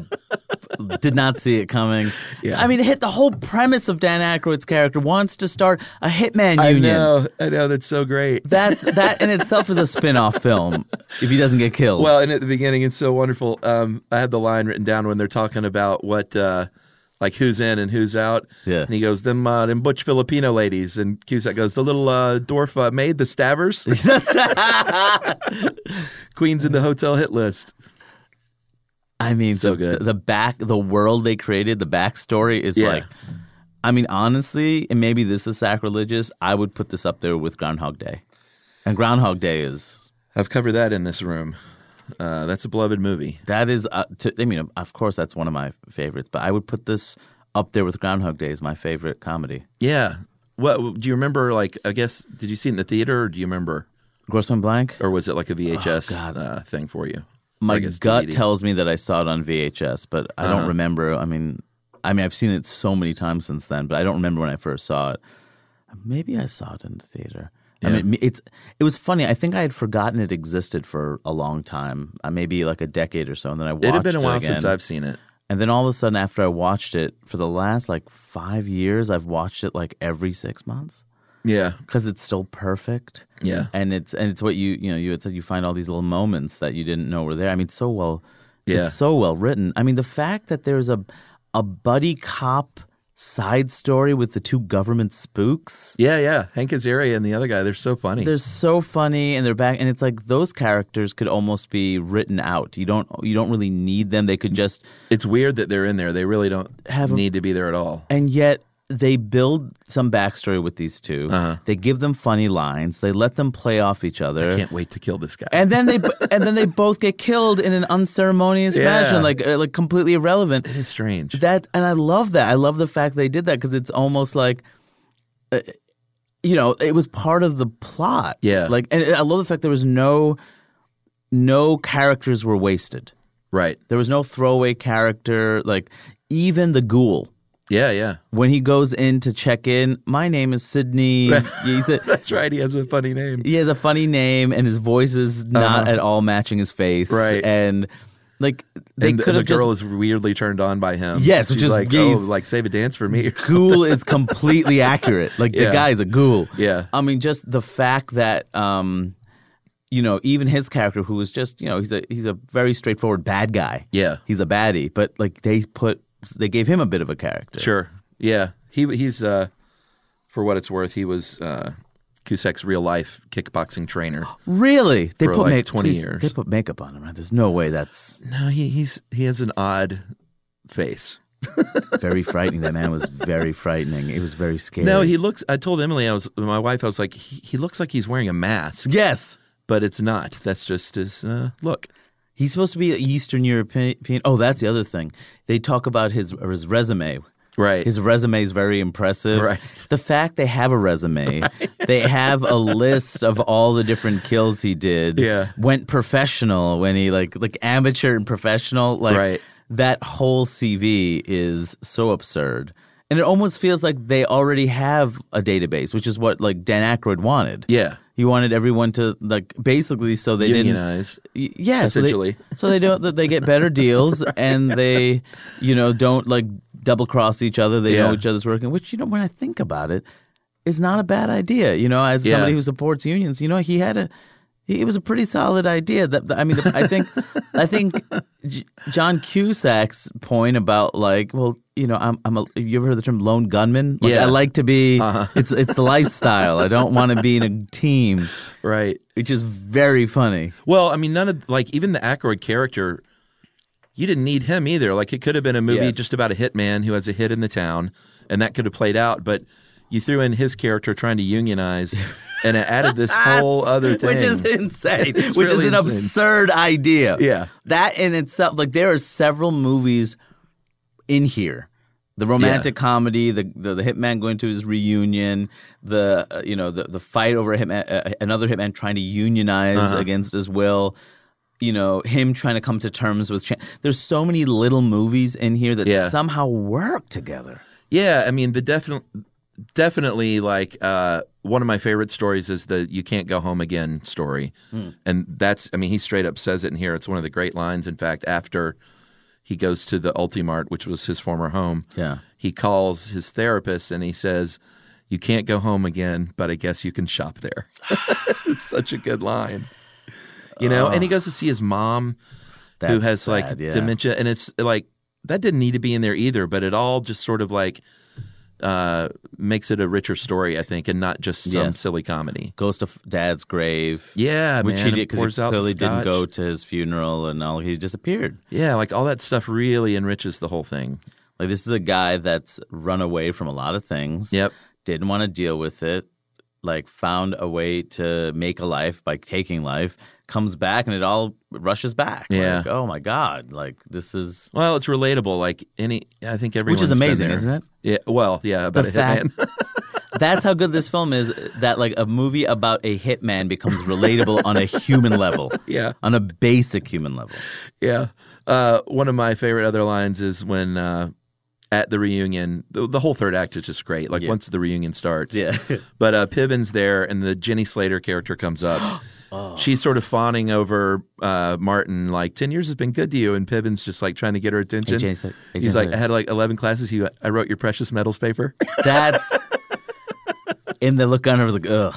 Speaker 2: did not see it coming
Speaker 1: Yeah.
Speaker 2: i mean it hit the whole premise of dan Aykroyd's character wants to start a hitman
Speaker 1: I
Speaker 2: union
Speaker 1: know. I know. That's so great.
Speaker 2: That's that in itself is a spin-off film if he doesn't get killed.
Speaker 1: Well, and at the beginning, it's so wonderful. Um, I had the line written down when they're talking about what, uh, like who's in and who's out.
Speaker 2: Yeah.
Speaker 1: And he goes, them, uh, them butch Filipino ladies. And Cusack goes, the little uh, dwarf uh, maid, the <laughs> stabbers, queens in the hotel hit list.
Speaker 2: I mean,
Speaker 1: So
Speaker 2: the,
Speaker 1: good.
Speaker 2: The, back, the world they created, the backstory is
Speaker 1: Yeah.
Speaker 2: like. I mean, honestly, and maybe this is sacrilegious. I would put this up there with Groundhog Day, and Groundhog Day is
Speaker 1: I've covered that in this room. Uh, that's a beloved movie.
Speaker 2: that is. Uh, to, I mean, of course, that's one of my favorites, but I would put this up there with Groundhog Day as my favorite comedy.
Speaker 1: Yeah. What do you remember? Like, I guess, did you see it in the theater? Or do you remember,
Speaker 2: Grossman Blank.
Speaker 1: or was it like a VHS
Speaker 2: Oh, God.
Speaker 1: uh, thing for you? Or
Speaker 2: My
Speaker 1: I guess
Speaker 2: gut
Speaker 1: DVD.
Speaker 2: tells me that I saw it on VHS, but I
Speaker 1: Uh-huh.
Speaker 2: don't remember. I mean, I mean, I've seen it so many times since then, but I don't remember when I first saw it. Maybe I saw it in the theater. I mean, it's it was funny. I think I had forgotten it existed for a long time, uh, maybe like a decade or so, and then I watched it
Speaker 1: It had been a while
Speaker 2: again.
Speaker 1: since I've seen it.
Speaker 2: And then all of a sudden, after I watched it for the last like five years, I've watched it like every six months
Speaker 1: Yeah.
Speaker 2: because it's still perfect.
Speaker 1: Yeah.
Speaker 2: and it's and it's what you you know you had said you find all these little moments that you didn't know were there. I mean, so well,
Speaker 1: Yeah.
Speaker 2: it's so well written. I mean, the fact that there's a a buddy cop side story with the two government spooks.
Speaker 1: Yeah, yeah. Hank Azaria and the other guy, they're so funny.
Speaker 2: They're so funny and they're back and it's like those characters could almost be written out. You don't you don't really need them. They could just
Speaker 1: it's weird that they're in there. They really don't
Speaker 2: Have 'em-
Speaker 1: need to be there at all.
Speaker 2: and yet they build some backstory with these 2 They give them funny lines. They let them play off each other.
Speaker 1: Uh-huh. I can't wait to kill this guy.
Speaker 2: and then they and then they both get killed in an unceremonious
Speaker 1: Yeah.
Speaker 2: fashion, like uh, like completely irrelevant.
Speaker 1: it is strange.
Speaker 2: That and I love that. I love the fact they did that because it's almost like, uh, you know, it was part of the plot.
Speaker 1: Yeah.
Speaker 2: like and I love the fact there was no, no characters were wasted.
Speaker 1: right.
Speaker 2: There was no throwaway character. Like even the ghoul
Speaker 1: Yeah, yeah.
Speaker 2: when he goes in to check in, my name
Speaker 1: <laughs>
Speaker 2: is Sydney. he said.
Speaker 1: That's right. He has a funny name.
Speaker 2: He has a funny name, and his voice is not at all matching his face.
Speaker 1: Uh-huh. Right.
Speaker 2: and like they
Speaker 1: and the,
Speaker 2: could
Speaker 1: the
Speaker 2: have just
Speaker 1: girl is weirdly turned on by him.
Speaker 2: Yes,
Speaker 1: She's
Speaker 2: which is-
Speaker 1: like,
Speaker 2: yeah,
Speaker 1: oh,
Speaker 2: he's-
Speaker 1: like save a dance for
Speaker 2: <laughs>
Speaker 1: me. or something.
Speaker 2: <laughs> ghoul is completely accurate. Like
Speaker 1: Yeah.
Speaker 2: the guy's a ghoul.
Speaker 1: Yeah.
Speaker 2: I mean, just the fact that um, you know, even his character who is just, you know, he's a he's a very straightforward bad guy.
Speaker 1: Yeah.
Speaker 2: He's a baddie, but like they put they gave him a bit of a character.
Speaker 1: Sure. Yeah. He he's uh, for what it's worth, he was uh, Cusack's real life kickboxing trainer.
Speaker 2: Really? They
Speaker 1: For,
Speaker 2: put
Speaker 1: like,
Speaker 2: make-
Speaker 1: 20
Speaker 2: please,
Speaker 1: years.
Speaker 2: They put makeup on him, right? There's no way that's
Speaker 1: No, he he's he has an odd face.
Speaker 2: very frightening. That man was very frightening. It was very scary.
Speaker 1: No, he looks. I told Emily, I was my wife. I was like, he, he looks like he's wearing a mask,
Speaker 2: Yes.
Speaker 1: but it's not. That's just his uh, look.
Speaker 2: He's supposed to be Eastern European. Oh, that's the other thing. They talk about his his resume.
Speaker 1: Right.
Speaker 2: His resume is very impressive.
Speaker 1: Right.
Speaker 2: The fact they have
Speaker 1: <laughs>
Speaker 2: a resume, they have a list of all the different kills he did.
Speaker 1: Yeah.
Speaker 2: Went professional when he like like amateur and professional. Like
Speaker 1: Right.
Speaker 2: that whole CV is so absurd. And it almost feels like they already have a database, which is what like Dan Aykroyd wanted.
Speaker 1: yeah.
Speaker 2: He wanted everyone to like basically so they didn't
Speaker 1: Unionized.
Speaker 2: Y- yeah,
Speaker 1: Essentially.
Speaker 2: So they, so they don't. They
Speaker 1: <laughs>
Speaker 2: get better deals, and they, you know, don't like double cross each other. They know
Speaker 1: Yeah.
Speaker 2: each other's working, which you know, when I think about it, is not a bad idea. You know, as
Speaker 1: Yeah.
Speaker 2: somebody who supports unions, you know, he had a, he, it was a pretty solid idea. That that- I mean, I think, I think, J- John Cusack's point about like, well, you know, I'm, I'm a. You ever heard the term lone gunman? Like,
Speaker 1: Yeah. Uh-huh.
Speaker 2: I like to be. It's it's the lifestyle. I don't want to be in a team,
Speaker 1: Right.
Speaker 2: which is very funny.
Speaker 1: Well, I mean, none of like even the Aykroyd character, you didn't need him either. Like it could have been a movie
Speaker 2: Yes.
Speaker 1: just about a hitman who has a hit in the town, and that could have played out. But you threw in his character trying to
Speaker 2: <laughs>
Speaker 1: unionize, and it added this whole other thing.
Speaker 2: Which is insane.
Speaker 1: It's
Speaker 2: which
Speaker 1: really
Speaker 2: is an
Speaker 1: insane.
Speaker 2: absurd idea.
Speaker 1: Yeah.
Speaker 2: That in itself, like there are several movies in here. The romantic comedy, the, the the hitman going to his reunion, the uh, you know the the fight over him, uh, another hitman trying to unionize
Speaker 1: Uh-huh.
Speaker 2: against his will, you know him trying to come to terms with. Chan- There's so many little movies in here that
Speaker 1: Yeah.
Speaker 2: somehow work together.
Speaker 1: Yeah, I mean the definite, definitely like uh, one of my favorite stories is the "You Can't Go Home Again" story,
Speaker 2: Hmm.
Speaker 1: and that's I mean he straight up says it in here. It's one of the great lines. In fact, after he goes to the Ultimart, which was his former home,
Speaker 2: Yeah.
Speaker 1: he calls his therapist and he says, "You can't go home again, but I guess you can shop there." <laughs> It's Such a good line, you know. And he goes to see his mom
Speaker 2: That's
Speaker 1: who has like
Speaker 2: sad, yeah.
Speaker 1: dementia and it's like that didn't need to be in there either but it all just sort of like uh makes it a richer story i think and not just some
Speaker 2: Yes.
Speaker 1: silly comedy
Speaker 2: Goes to f- dad's grave.
Speaker 1: yeah
Speaker 2: which
Speaker 1: man,
Speaker 2: he
Speaker 1: it
Speaker 2: did because
Speaker 1: pours
Speaker 2: he
Speaker 1: out the
Speaker 2: clearly didn't
Speaker 1: scotch.
Speaker 2: go to his funeral and all. He disappeared.
Speaker 1: yeah like all that stuff really enriches the whole thing
Speaker 2: Like this is a guy that's run away from a lot of things.
Speaker 1: Yep.
Speaker 2: Didn't want to deal with it. Like found a way to make a life by taking life. Comes back and it all rushes back.
Speaker 1: Yeah.
Speaker 2: Like, oh my god! Like this is
Speaker 1: well it's relatable like any i think everyone
Speaker 2: which is amazing, isn't it?
Speaker 1: yeah well yeah about
Speaker 2: The
Speaker 1: a
Speaker 2: fact-
Speaker 1: hitman
Speaker 2: That's how good this film is. That like a movie about a hitman becomes relatable on a human
Speaker 1: <laughs>
Speaker 2: level.
Speaker 1: <laughs> Yeah.
Speaker 2: On a basic human level.
Speaker 1: yeah uh one of my favorite other lines is when uh at the reunion the, the whole third act is just great like once the reunion starts
Speaker 2: Yeah.
Speaker 1: But uh, Piven's there, and the Jenny Slater character comes
Speaker 2: <gasps>
Speaker 1: up. <gasps> She's sort of fawning over uh, Martin, like ten years has been good to you, and Piven's just like trying to get her attention.
Speaker 2: Hey, Jenny Slater. Hey,
Speaker 1: He's
Speaker 2: Jenny
Speaker 1: like, I
Speaker 2: Slater.
Speaker 1: had like eleven classes. He, I wrote your precious metals paper. <laughs>
Speaker 2: That's. And the look on her was like, ugh.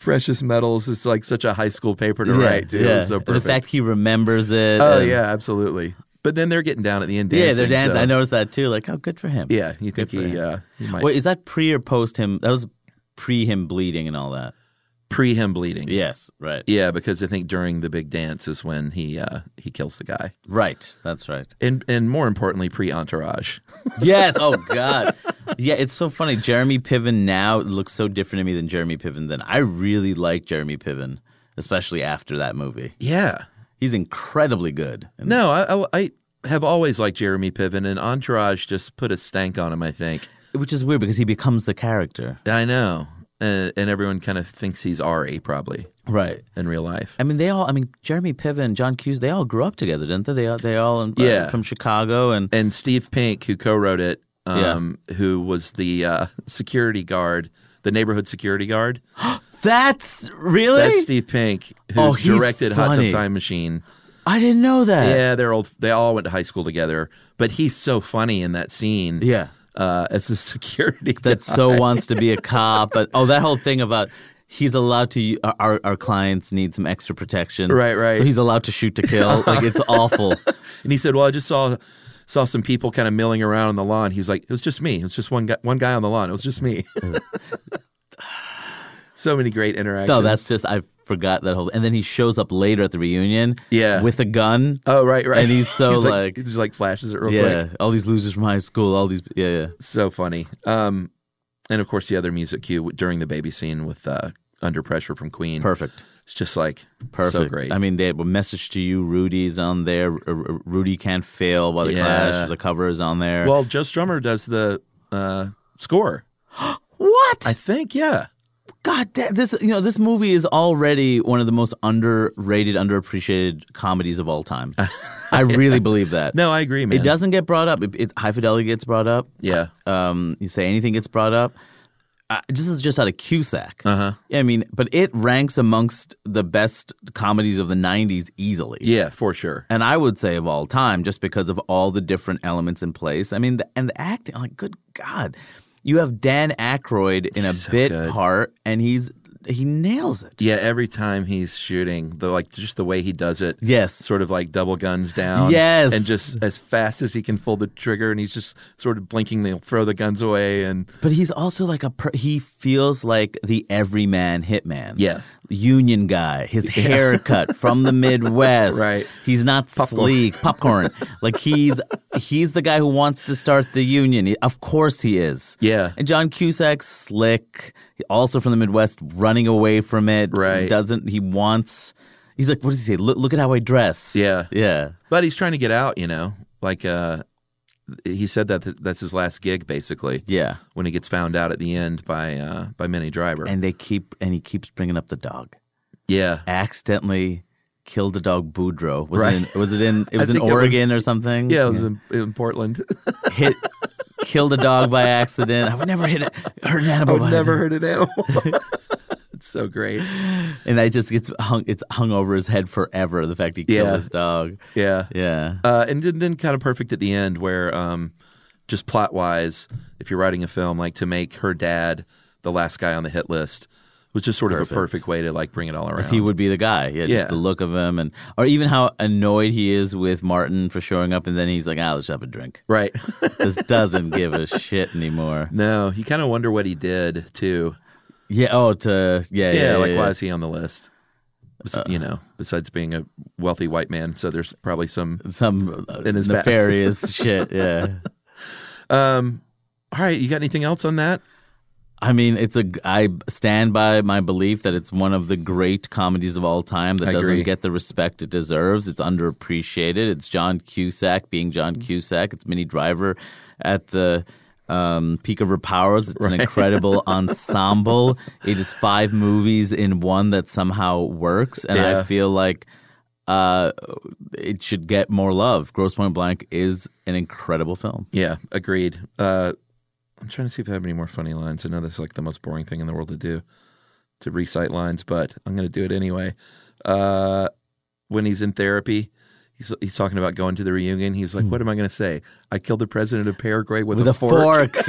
Speaker 1: precious metals is like such a high school paper to write. Dude. It was so
Speaker 2: And
Speaker 1: perfect.
Speaker 2: The fact he remembers it.
Speaker 1: oh
Speaker 2: and-
Speaker 1: yeah, absolutely. But then they're getting down at the end.
Speaker 2: yeah, they're
Speaker 1: dancing,
Speaker 2: dancing.
Speaker 1: so-
Speaker 2: I noticed that too. Like, oh, good for him.
Speaker 1: Yeah, you think
Speaker 2: for
Speaker 1: he,
Speaker 2: him.
Speaker 1: uh, he might.
Speaker 2: Wait, is that pre or post him? That was pre him bleeding and all that.
Speaker 1: pre him bleeding.
Speaker 2: Yes, right.
Speaker 1: Yeah, because I think during the big dance is when he uh, he kills the guy,
Speaker 2: Right. That's right.
Speaker 1: and and more importantly, pre entourage.
Speaker 2: Yes. Oh God. Yeah, it's so funny. Jeremy Piven now looks so different to me than Jeremy Piven then. I really like Jeremy Piven, especially after that movie.
Speaker 1: yeah,
Speaker 2: He's incredibly good. in-
Speaker 1: no, I, I I have always liked Jeremy Piven, and entourage just put a stank on him. I think
Speaker 2: Which is weird because he becomes the character.
Speaker 1: I know, and, and everyone kind of thinks he's Ari probably
Speaker 2: Right.
Speaker 1: in real life.
Speaker 2: I mean, they all. I mean, Jeremy Piven, John Hughes, they all grew up together, didn't they? They all, they all uh,
Speaker 1: Yeah.
Speaker 2: from Chicago, and
Speaker 1: and Steve Pink, who co-wrote it, um, who was the uh, security guard, the neighborhood security guard.
Speaker 2: that's really.
Speaker 1: That's Steve Pink, who
Speaker 2: Oh, he's
Speaker 1: directed Hot Tub
Speaker 2: funny.
Speaker 1: Time Machine.
Speaker 2: I didn't know that.
Speaker 1: Yeah, they're old. They all went to high school together. But he's so funny in that scene.
Speaker 2: Yeah.
Speaker 1: uh, as the <laughs> security. <laughs>
Speaker 2: that
Speaker 1: guy.
Speaker 2: so wants to be a cop. But oh, that whole thing about he's allowed to our our clients need some extra protection.
Speaker 1: Right, right.
Speaker 2: So he's allowed to shoot to
Speaker 1: <laughs>
Speaker 2: kill. like it's awful.
Speaker 1: And he said, "Well, I just saw saw some people kind of milling around on the lawn." He's like, "It was just me. It was just one guy. One guy on the lawn. It was just me." <laughs> so many great interactions.
Speaker 2: No, that's just I forgot that whole. And then he shows up later at the reunion.
Speaker 1: Yeah.
Speaker 2: with a gun.
Speaker 1: oh right, right.
Speaker 2: And he's
Speaker 1: <laughs>
Speaker 2: so
Speaker 1: he's
Speaker 2: like-
Speaker 1: he just like flashes it real
Speaker 2: yeah,
Speaker 1: quick.
Speaker 2: all these losers from high school. All these yeah yeah.
Speaker 1: So funny. Um, and of course the other music cue during the baby scene with uh, "Under Pressure" from Queen.
Speaker 2: Perfect.
Speaker 1: It's just like
Speaker 2: Perfect.
Speaker 1: so great.
Speaker 2: I mean, they have a message to you. Rudy's on there. R- R- Rudy can't fail by the
Speaker 1: Yeah.
Speaker 2: clash. The cover is on there.
Speaker 1: well, Joe Strummer does the uh, score.
Speaker 2: what?
Speaker 1: I think, yeah.
Speaker 2: God damn, this you know this movie is already one of the most underrated, underappreciated comedies of
Speaker 1: <laughs>
Speaker 2: all time. I really believe that.
Speaker 1: No, I agree, man.
Speaker 2: it doesn't get brought up. It, it, High Fidelity gets brought up.
Speaker 1: Yeah.
Speaker 2: Um, you say anything gets brought up. Uh, this is just out of Cusack. Uh
Speaker 1: Uh-huh.
Speaker 2: huh. I mean, but it ranks amongst the best comedies of the '90s easily.
Speaker 1: Yeah, for sure.
Speaker 2: And I would say of all time, just because of all the different elements in place. I mean, the, and the acting, like, good God, you have Dan Aykroyd in a bit
Speaker 1: good.
Speaker 2: part, and he's he nails it.
Speaker 1: Yeah, every time he's shooting, the like just the way he does it.
Speaker 2: Yes.
Speaker 1: Sort of like double guns down.
Speaker 2: Yes.
Speaker 1: And just as fast as he can pull the trigger and he's just sort of blinking, they'll throw the guns away and
Speaker 2: But he's also like a per- he feels like the everyman hitman.
Speaker 1: Yeah.
Speaker 2: Union
Speaker 1: <laughs>
Speaker 2: guy, his haircut from the Midwest.
Speaker 1: Right.
Speaker 2: He's not sleek, popcorn. like he's he's the guy who wants to start the union. He- Of course he is.
Speaker 1: Yeah.
Speaker 2: And John Cusack, slick, also from the Midwest, running away from it.
Speaker 1: Right.
Speaker 2: Doesn't he wants He's like, what does he say? Look, look at how I dress.
Speaker 1: Yeah.
Speaker 2: Yeah.
Speaker 1: But he's trying to get out, you know. Like uh he said that th- that's his last gig basically.
Speaker 2: Yeah.
Speaker 1: When he gets found out at the end by uh by Minnie Driver.
Speaker 2: And they keep and he keeps bringing up the dog.
Speaker 1: yeah.
Speaker 2: accidentally killed the dog Boudreaux. Was
Speaker 1: Right.
Speaker 2: it in, was
Speaker 1: <laughs>
Speaker 2: it in it
Speaker 1: I
Speaker 2: was in
Speaker 1: think it was-
Speaker 2: Oregon or something?
Speaker 1: Yeah, it was in, in Portland. <laughs>
Speaker 2: hit killed a dog by accident. I would never hit it hurt an
Speaker 1: I
Speaker 2: animal. by
Speaker 1: would never
Speaker 2: accident.
Speaker 1: hurt an animal. <laughs> it's so great.
Speaker 2: <laughs> And that just gets hung it's hung over his head forever, the fact he killed
Speaker 1: Yeah.
Speaker 2: his dog.
Speaker 1: Yeah.
Speaker 2: Yeah.
Speaker 1: Uh, and then, then kind of perfect at the end where um, just plot wise, if you're writing a film, like to make her dad the last guy on the hit list was just sort of a perfect way to like bring it all around.
Speaker 2: He would be the guy. Yeah,
Speaker 1: Yeah.
Speaker 2: just the look of him and or even how annoyed he is with Martin for showing up and then he's like, ah, let's have a drink.
Speaker 1: <laughs> Right.
Speaker 2: This
Speaker 1: <laughs>
Speaker 2: doesn't give a shit anymore.
Speaker 1: no, you kind of wonder what he did too.
Speaker 2: Yeah, oh to yeah,
Speaker 1: Yeah,
Speaker 2: yeah.
Speaker 1: like
Speaker 2: yeah, Uh.
Speaker 1: why is he on the list? Bes- you know, besides being a wealthy white man, so there's probably some.
Speaker 2: some uh,
Speaker 1: In his past. <laughs>
Speaker 2: nefarious shit, yeah.
Speaker 1: Um, all right, you got anything else on that?
Speaker 2: I mean, it's a. I stand by my belief that it's one of the great comedies of all time that
Speaker 1: I
Speaker 2: doesn't
Speaker 1: agree.
Speaker 2: get the respect it deserves. It's underappreciated. It's John Cusack being John
Speaker 1: Mm.
Speaker 2: Cusack. It's Minnie Driver at the um, peak of her powers. It's an
Speaker 1: <laughs>
Speaker 2: incredible ensemble. It is five movies in one that somehow works, and I
Speaker 1: Yeah.
Speaker 2: feel like uh, it should get more love. Gross Point Blank is an incredible film.
Speaker 1: Yeah, agreed. Uh, I'm trying to see if I have any more funny lines. I know that's like the most boring thing in the world to do, to recite lines, but I'm going to do it anyway. Uh, when he's in therapy, he's he's talking about going to the reunion. He's like, "What am I going to say? I killed the president of Paraguay with,
Speaker 2: Hmm. With a fork.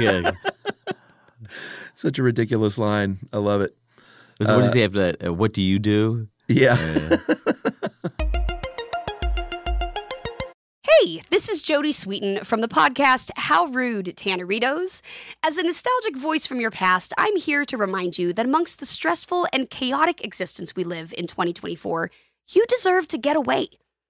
Speaker 1: <laughs>
Speaker 2: <laughs> Yeah.
Speaker 1: Such a ridiculous line. I love it.
Speaker 2: So what does he have to? uh, What do you do?
Speaker 1: Yeah.
Speaker 3: Hey, Hey, this is Jody Sweeten from the podcast How Rude Tanneritos. As a nostalgic voice from your past, I'm here to remind you that amongst the stressful and chaotic existence we live in 2024, you deserve to get away.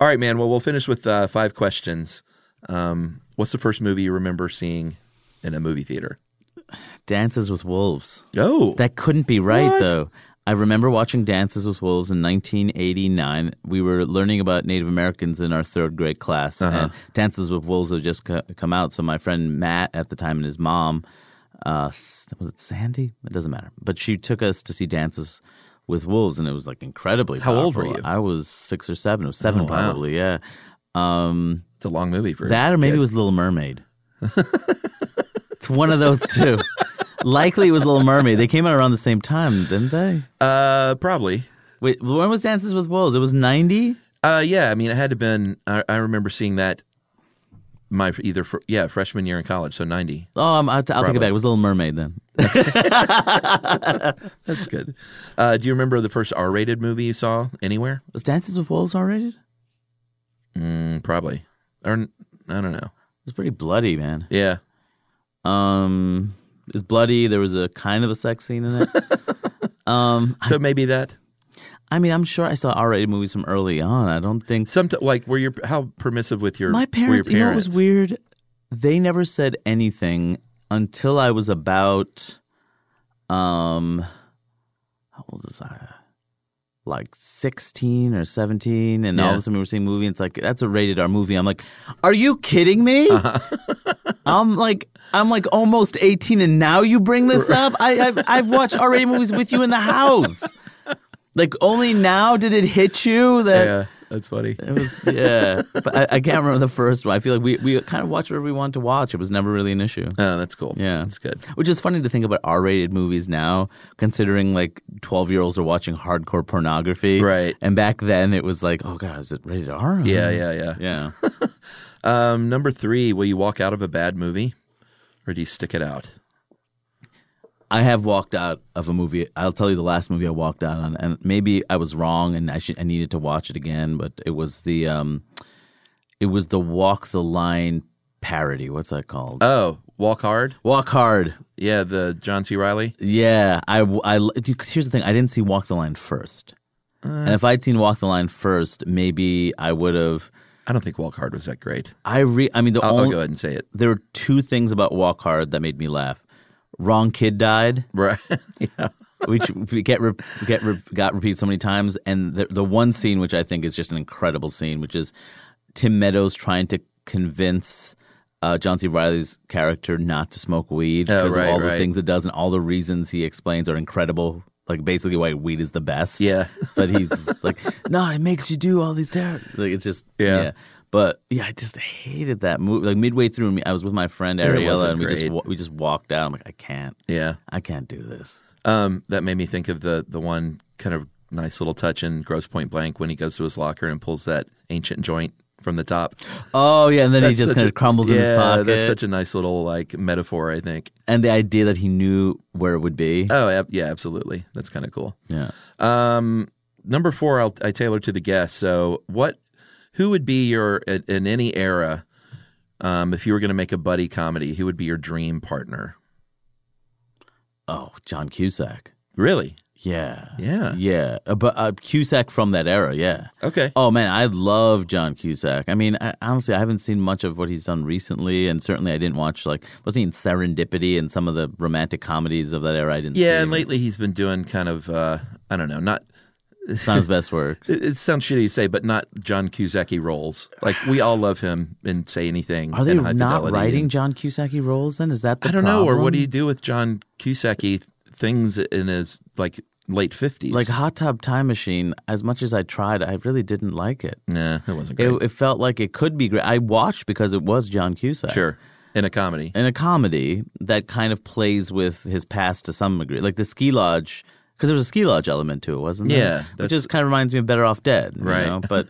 Speaker 1: All right, man. Well, we'll finish with uh, five questions. Um, what's the first movie you remember seeing in a movie theater?
Speaker 2: Dances with Wolves.
Speaker 1: Oh,
Speaker 2: That couldn't be right,
Speaker 1: What?
Speaker 2: though. I remember watching Dances with Wolves in 1989. We were learning about Native Americans in our third grade class,
Speaker 1: Uh-huh.
Speaker 2: and Dances with Wolves had just co- come out. So my friend Matt at the time and his mom, uh, S- was it Sandy? It doesn't matter. But she took us to see Dances with Wolves, and it was like incredibly.
Speaker 1: How old were
Speaker 2: powerful.
Speaker 1: you?
Speaker 2: I was six or seven. It was seven,
Speaker 1: Oh, wow.
Speaker 2: probably. Yeah. Um,
Speaker 1: it's a long movie for
Speaker 2: that, or maybe
Speaker 1: kid.
Speaker 2: it was Little Mermaid. <laughs> it's one of those two. Likely it was Little Mermaid. They came out around the same time, didn't they?
Speaker 1: uh, probably.
Speaker 2: Wait, when was Dances with Wolves? It was ninety.
Speaker 1: Uh, yeah. I mean, it had to have been. I, I remember seeing that my either fr- yeah freshman year in college, so ninety.
Speaker 2: Oh, I'm, I'll, I'll take it
Speaker 1: Probably.
Speaker 2: back. It was Little Mermaid then.
Speaker 1: That's good. Uh, do you remember the first R-rated movie you saw anywhere?
Speaker 2: Was Dances with Wolves R rated? It
Speaker 1: Mm, probably. Or n- I don't know.
Speaker 2: was pretty bloody, man.
Speaker 1: Yeah.
Speaker 2: Um, it's bloody. There was a kind of a sex scene in it. um,
Speaker 1: So maybe that.
Speaker 2: I mean, I'm sure I saw R rated movies from early on. I don't think
Speaker 1: Some like were your how permissive with your
Speaker 2: my
Speaker 1: were your
Speaker 2: parents, you know what was
Speaker 1: parents?
Speaker 2: weird they never said anything until i was about um how old was i like 16 or 17 and all of
Speaker 1: Yeah.
Speaker 2: a sudden we were seeing a movie and it's like that's a rated r movie i'm like are you kidding me
Speaker 1: Uh-huh.
Speaker 2: i'm like i'm like almost 18 and now you bring this up i i've, I've watched r-rated movies with you in the house like only now did it hit you that
Speaker 1: Yeah, that's funny.
Speaker 2: it was yeah, but I, I can't remember the first one. I feel like we we kind of watched whatever we wanted to watch. It was never really an issue.
Speaker 1: Oh, that's cool.
Speaker 2: Yeah.
Speaker 1: that's good.
Speaker 2: Which is funny to think about R-rated movies now, considering like twelve-year-olds are watching hardcore pornography,
Speaker 1: Right.
Speaker 2: And back then it was like, oh god, is it rated R?
Speaker 1: Yeah, yeah, yeah.
Speaker 2: yeah.
Speaker 1: Um, number three, will you walk out of a bad movie, or do you stick it out?
Speaker 2: <laughs> I have walked out of a movie. I'll tell you the last movie I walked out on, and maybe I was wrong, and I should I needed to watch it again. But it was the um, it was the Walk the Line parody. What's that called?
Speaker 1: Oh, Walk Hard.
Speaker 2: Walk Hard.
Speaker 1: Yeah, the John C. Riley.
Speaker 2: Yeah, I, w- I l- dude, 'cause here's the thing. I didn't see Walk the Line first.
Speaker 1: Mm.
Speaker 2: and if I'd seen Walk the Line first, maybe I would have.
Speaker 1: I don't think Walk Hard was that great.
Speaker 2: I re. I mean, the
Speaker 1: I'll, I'll
Speaker 2: only
Speaker 1: go ahead and say it.
Speaker 2: there were two things about Walk Hard that made me laugh. Wrong kid died,
Speaker 1: <laughs> Right. yeah.
Speaker 2: which we get re- get re- got repeated so many times, and the the one scene which I think is just an incredible scene, which is Tim Meadows trying to convince uh, John C. Riley's character not to smoke weed
Speaker 1: Oh,
Speaker 2: of
Speaker 1: right,
Speaker 2: all the
Speaker 1: right.
Speaker 2: things it does and all the reasons he explains are incredible. Like basically why weed is the best.
Speaker 1: Yeah.
Speaker 2: <laughs> but he's like, no, it makes you do all these terrible. Like it's just
Speaker 1: Yeah.
Speaker 2: yeah. But yeah, I just hated that movie. Like midway through, me- I was with my friend
Speaker 1: It wasn't
Speaker 2: Ariella, and we just
Speaker 1: great.
Speaker 2: wa- we just walked out. I'm like, I can't,
Speaker 1: Yeah.
Speaker 2: I can't do this.
Speaker 1: Um, that made me think of the the one kind of nice little touch in Gross Point Blank when he goes to his locker and pulls that ancient joint from the top.
Speaker 2: Oh yeah, and then he
Speaker 1: That's
Speaker 2: just
Speaker 1: such
Speaker 2: kind
Speaker 1: a-
Speaker 2: of crumbles in his
Speaker 1: yeah,
Speaker 2: pocket,
Speaker 1: That's such a nice little like metaphor, I think.
Speaker 2: and the idea that he knew where it would be.
Speaker 1: Oh, ab- yeah, absolutely. That's kind of cool.
Speaker 2: yeah.
Speaker 1: Um, number four, I'll, I tailor to the guest. So, what, who would be your in- in any era, um, if you were going to make a buddy comedy, who would be your dream partner?
Speaker 2: Oh, John Cusack.
Speaker 1: Really?
Speaker 2: Yeah.
Speaker 1: Yeah.
Speaker 2: Yeah. Uh, But uh, Cusack from that era, yeah.
Speaker 1: Okay.
Speaker 2: Oh man, I love John Cusack. I mean, I, honestly, I haven't seen much of what he's done recently, and certainly I didn't watch like wasn't he in Serendipity and some of the romantic comedies of that era. I didn't. see
Speaker 1: yeah, and
Speaker 2: him.
Speaker 1: lately he's been doing kind of uh, I don't know, not
Speaker 2: it's not his best
Speaker 1: <laughs>
Speaker 2: work.
Speaker 1: It, it sounds shitty to say, but not John Cusacky roles. Like we all love him and say anything.
Speaker 2: Are they
Speaker 1: and High
Speaker 2: not
Speaker 1: Fidelity
Speaker 2: writing
Speaker 1: and-
Speaker 2: John Cusack roles? Then is that the
Speaker 1: I don't know. Or what do you
Speaker 2: problem?
Speaker 1: do with John Cusacky things in his like late fifties?
Speaker 2: like Hot Tub Time Machine? As much as I tried, I really didn't like it.
Speaker 1: nah, it wasn't
Speaker 2: It,
Speaker 1: great.
Speaker 2: it felt like it could be great. I watched because it was John Cusack.
Speaker 1: sure, in a comedy.
Speaker 2: in a comedy that kind of plays with his past to some degree, like the ski lodge, because there was a ski lodge element to it, wasn't there?
Speaker 1: Yeah,
Speaker 2: which
Speaker 1: that's-
Speaker 2: just kind of reminds me of Better Off Dead, you
Speaker 1: Right.
Speaker 2: know?
Speaker 1: <laughs>
Speaker 2: But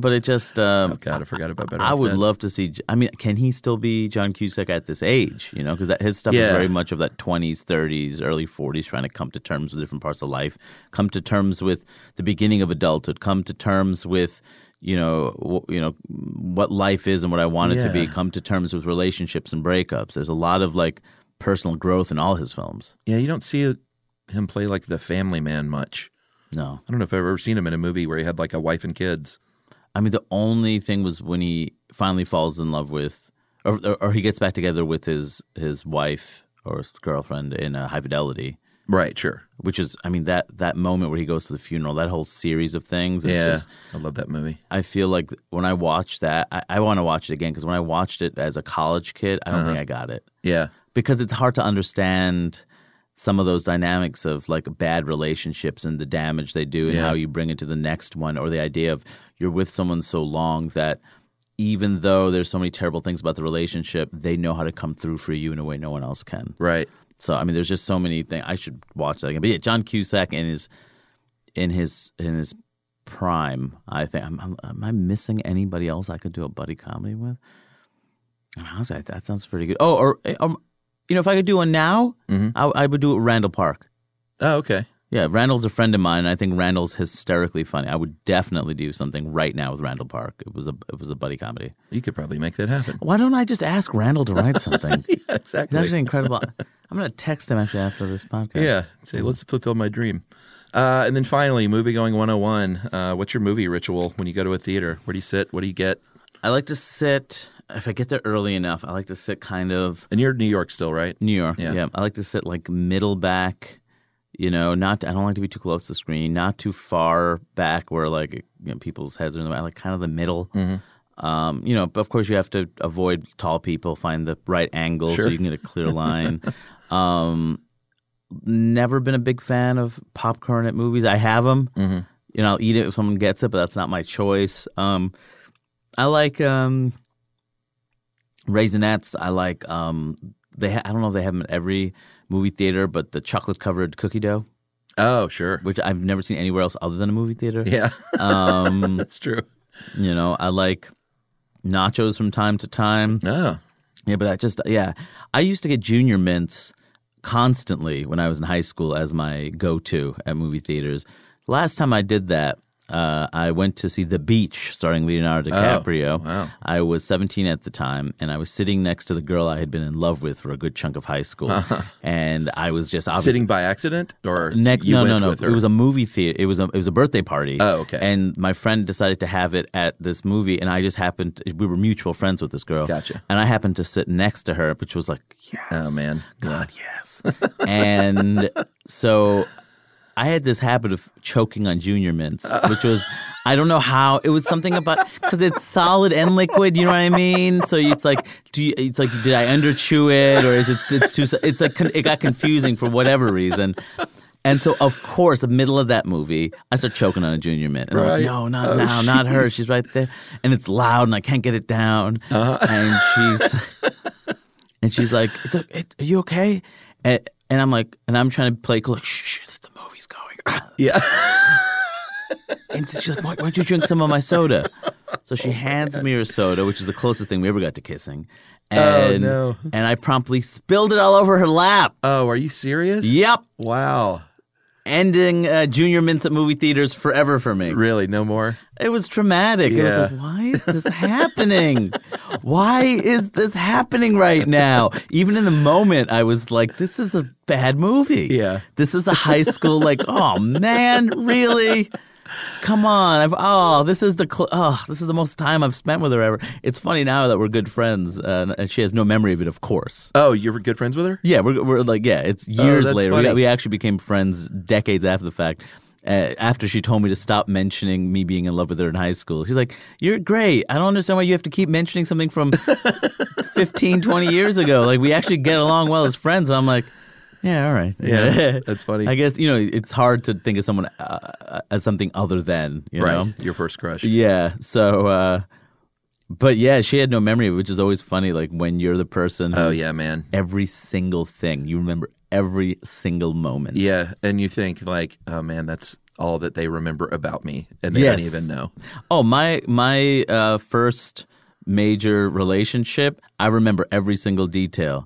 Speaker 2: but it just um,
Speaker 1: Oh God, I forgot about Better.
Speaker 2: I
Speaker 1: Off
Speaker 2: would
Speaker 1: Dead.
Speaker 2: love to see. I mean, can he still be John Cusack at this age? You know, because his stuff
Speaker 1: Yeah.
Speaker 2: is very much of that twenties, thirties, early forties, trying to come to terms with different parts of life, come to terms with the beginning of adulthood, come to terms with you know w- you know what life is and what I want it to be,
Speaker 1: Yeah.
Speaker 2: come to terms with relationships and breakups. There's a lot of like personal growth in all his films.
Speaker 1: Yeah, you don't see him play like the Family Man much.
Speaker 2: No,
Speaker 1: I don't know if I've ever seen him in a movie where he had like a wife and kids.
Speaker 2: I mean, the only thing was when he finally falls in love with, or, or, or he gets back together with his his wife or his girlfriend in uh, High Fidelity,
Speaker 1: Right. Sure.
Speaker 2: which is, I mean, that that moment where he goes to the funeral, that whole series of things. is
Speaker 1: yeah,
Speaker 2: just-
Speaker 1: I love that movie.
Speaker 2: I feel like when I watch that, I, I want to watch it again because when I watched it as a college kid, I don't think I got it
Speaker 1: Yeah.
Speaker 2: because it's hard to understand some of those dynamics of like bad relationships and the damage they do and
Speaker 1: Yeah.
Speaker 2: how you bring it to the next one or the idea of you're with someone so long that even though there's so many terrible things about the relationship they know how to come through for you in a way no one else can
Speaker 1: Right.
Speaker 2: so i mean there's just so many things i should watch that again but yeah john cusack in his in his in his prime i think am am am i missing anybody else i could do a buddy comedy with I mean, honestly, that- that sounds pretty good. Oh, or um, you know, if I could do one now, I, I would do it with Randall Park.
Speaker 1: Oh, okay.
Speaker 2: Yeah, Randall's a friend of mine, and I think Randall's hysterically funny. I would definitely do something right now with Randall Park. It was a it was a buddy comedy.
Speaker 1: You could probably make that happen.
Speaker 2: Why don't I just ask Randall to write something?
Speaker 1: <laughs> yeah,
Speaker 2: It's
Speaker 1: exactly.
Speaker 2: actually incredible. I'm gonna text him actually after this podcast.
Speaker 1: Yeah. Say, let's fulfill my dream. Uh, and then finally, movie going 101. Uh, what's your movie ritual when you go to a theater? Where do you sit? What do you get?
Speaker 2: I like to sit if I get there early enough. I like to sit kind of
Speaker 1: And you're in New York still, right?
Speaker 2: New York.
Speaker 1: Yeah.
Speaker 2: Yeah. I like to sit like middle back, you know, not I don't like to be too close to the screen, not too far back where like you know, people's heads are in the way. I like kind of the middle. Um, you know, but of course you have to avoid tall people, find the right angle
Speaker 1: Sure.
Speaker 2: so you can get
Speaker 1: <laughs>
Speaker 2: a clear line. um never been a big fan of popcorn at movies. I have them.
Speaker 1: Mm-hmm.
Speaker 2: You know, I'll eat it if someone gets it, but that's not my choice. Um I like um Raisinets. I like um they ha- I don't know if they have them at every movie theater, but the chocolate covered cookie dough,
Speaker 1: Oh, sure.
Speaker 2: which I've never seen anywhere else other than a movie theater.
Speaker 1: <laughs> Yeah,
Speaker 2: Um,
Speaker 1: <laughs> that's true.
Speaker 2: you know, I like nachos from time
Speaker 1: <laughs>
Speaker 2: to time.
Speaker 1: Oh,
Speaker 2: Yeah, but I just yeah, I used to get junior mints constantly when I was in high school as my go-to at movie theaters. Last time I did that, uh, I went to see The Beach starring Leonardo DiCaprio.
Speaker 1: Oh, wow.
Speaker 2: I was 17 at the time, and I was sitting next to the girl I had been in love with for a good chunk of high school.
Speaker 1: <laughs>
Speaker 2: And I was just obviously.
Speaker 1: Sitting by accident or
Speaker 2: Next,
Speaker 1: you
Speaker 2: no,
Speaker 1: went
Speaker 2: no, no.
Speaker 1: with
Speaker 2: It
Speaker 1: her?
Speaker 2: was a movie theater. It was a it was a birthday party.
Speaker 1: Oh, okay.
Speaker 2: And my friend decided to have it at this movie, and I just happened. we were mutual friends with this girl.
Speaker 1: Gotcha.
Speaker 2: And I happened to sit next to her, which was like, yes,
Speaker 1: oh man,
Speaker 2: God, yes. and so I had this habit of choking on junior mints, which was, I don't know how, it was something about, because it's solid and liquid, you know what I mean? So it's like, do you, it's like, did I underchew it or is it, it's too, it's like, con- it got confusing for whatever reason. And so, of course, the middle of that movie, I start choking on a junior mint. And I'm
Speaker 1: Right.
Speaker 2: like, no, not
Speaker 1: Oh,
Speaker 2: now, not her.
Speaker 1: jeez.
Speaker 2: She's right there. And it's loud and I can't get it down.
Speaker 1: Uh-huh.
Speaker 2: And she's, and she's like, it's o- it, "Are you okay?" And, and I'm like, and I'm trying to play cool, like, "Shh, shh, the movie's going." <laughs>
Speaker 1: Yeah. <laughs>
Speaker 2: and she's like, why, "Why'd you drink some of my soda?" So she hands me her soda, which is the closest thing we ever got to kissing. And,
Speaker 1: no.
Speaker 2: And I promptly spilled it all over her lap.
Speaker 1: Oh, are you serious?
Speaker 2: Yep,
Speaker 1: Wow.
Speaker 2: ending uh, junior mints at movie theaters forever for me.
Speaker 1: Really? No more.
Speaker 2: It was traumatic. It was
Speaker 1: Yeah.
Speaker 2: like, why is this happening? Why is this happening right now? Even in the moment, I was like, this is a bad movie.
Speaker 1: Yeah.
Speaker 2: This is a high school, like, oh man, really? Come on. I've, oh, this is the cl- oh, this is the most time I've spent with her ever. It's funny now that we're good friends, uh, and she has no memory of it, of course.
Speaker 1: Oh, you were good friends with her?
Speaker 2: Yeah, we're, we're like, yeah, it's
Speaker 1: Oh,
Speaker 2: years
Speaker 1: that's
Speaker 2: later. We,
Speaker 1: funny.
Speaker 2: we actually became friends decades after the fact. Uh, after she told me to stop mentioning me being in love with her in high school, she's like, You're great. I don't understand why you have to keep mentioning something from
Speaker 1: <laughs>
Speaker 2: 15, 20 years ago. Like, we actually get along well as friends. And I'm like, Yeah, all right. <laughs>
Speaker 1: Yeah, that's funny.
Speaker 2: I guess, you know, it's hard to think of someone uh, as something other than, you
Speaker 1: right.
Speaker 2: know?
Speaker 1: Your first crush.
Speaker 2: Yeah. So, uh, but yeah, she had no memory, which is always funny. Like, when you're the person
Speaker 1: Oh
Speaker 2: who's-
Speaker 1: yeah, man.
Speaker 2: every single thing. You remember every single moment.
Speaker 1: Yeah, and you think like, oh man, that's all that they remember about me, and they don't
Speaker 2: Yes.
Speaker 1: even know.
Speaker 2: Oh, my my uh, first major relationship, I remember every single detail.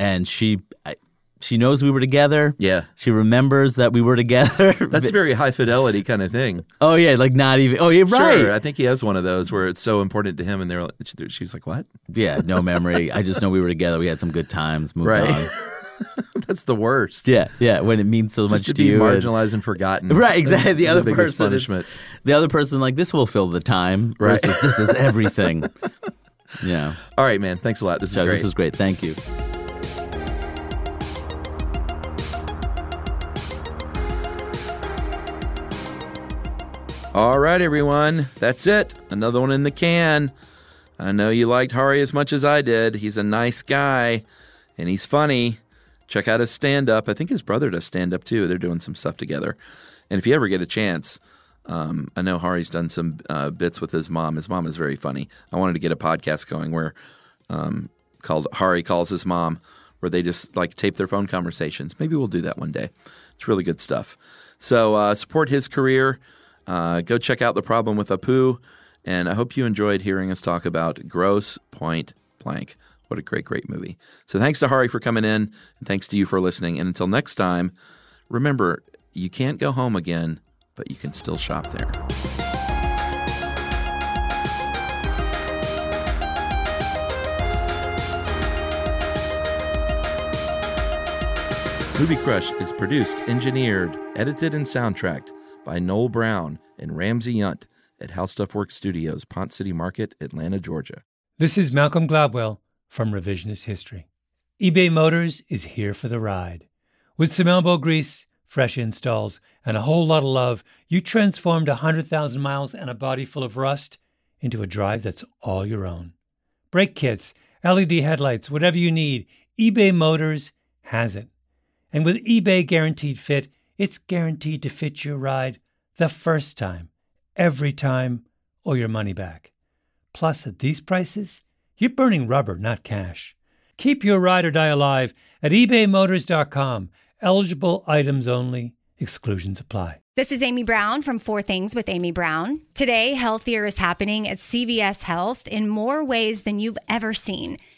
Speaker 2: And she I, she knows we were together.
Speaker 1: Mm-hmm. Yeah.
Speaker 2: She remembers that we were
Speaker 1: <laughs>
Speaker 2: together. <laughs>
Speaker 1: That's a very high fidelity kind of thing.
Speaker 2: oh yeah, like not even. Oh, you're right.
Speaker 1: Sure, I think he has one of those where it's so important to him, and they're like, she's like, what? <laughs>
Speaker 2: yeah, no memory. I just know we were together. We had some good times. Moved
Speaker 1: Right.
Speaker 2: on.
Speaker 1: That's the worst.
Speaker 2: Yeah, yeah. When it means so much
Speaker 1: Just to
Speaker 2: to
Speaker 1: be
Speaker 2: you. and-
Speaker 1: marginalized and forgotten.
Speaker 2: Right, exactly. The
Speaker 1: That's
Speaker 2: other
Speaker 1: biggest
Speaker 2: person, is-
Speaker 1: punishment.
Speaker 2: the other person, like this will fill the time.
Speaker 1: Right.
Speaker 2: versus this is
Speaker 1: <laughs>
Speaker 2: everything. yeah,
Speaker 1: All right, man. Thanks a lot. This is
Speaker 2: so
Speaker 1: great.
Speaker 2: this is great. Thank you.
Speaker 1: All right, everyone. That's it. Another one in the can. I know you liked Hari as much as I did. He's a nice guy and he's funny. Check out his stand up. I think his brother does stand up too. They're doing some stuff together. And if you ever get a chance, um, I know Hari's done some uh, bits with his mom. His mom is very funny. I wanted to get a podcast going where um, called Hari Calls His Mom, where they just like tape their phone conversations. Maybe we'll do that one day. It's really good stuff. So uh, support his career. Uh, go check out The Problem with Apu. And I hope you enjoyed hearing us talk about Gross Point Blank. What a great, great movie. So thanks to Hari for coming in. And thanks to you for listening. And until next time, remember, you can't go home again, but you can still shop there. Movie Crush is produced, engineered, edited, and soundtracked by Noel Brown and Ramsey Yunt at How Stuff Works Studios, Pont City Market, Atlanta, Georgia.
Speaker 4: This is Malcolm Gladwell from Revisionist History. eBay Motors is here for the ride. With some elbow grease, fresh installs, and a whole lot of love, you transformed 100,000 miles and a body full of rust into a drive that's all your own. Brake kits, LED headlights, whatever you need, eBay Motors has it. And with eBay Guaranteed Fit, it's guaranteed to fit your ride the first time, every time, or your money back. Plus, at these prices, you're burning rubber, not cash. Keep your ride or die alive at ebaymotors.com. Eligible items only, exclusions apply.
Speaker 5: This is Amy Brown from Four Things with Amy Brown. Today, healthier is happening at CVS Health in more ways than you've ever seen.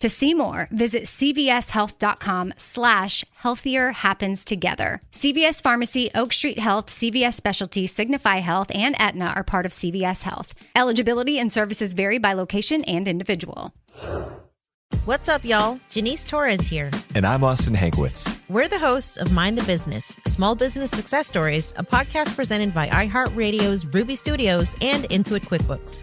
Speaker 5: To see more, visit cvshealth.com slash healthier happens together. CVS Pharmacy, Oak Street Health, CVS Specialty, Signify Health, and Aetna are part of CVS Health. Eligibility and services vary by location and individual.
Speaker 3: What's up, y'all? Janice Torres here.
Speaker 6: And I'm Austin Hankwitz.
Speaker 3: We're the hosts of Mind the Business Small Business Success Stories, a podcast presented by iHeartRadio's Ruby Studios and Intuit QuickBooks.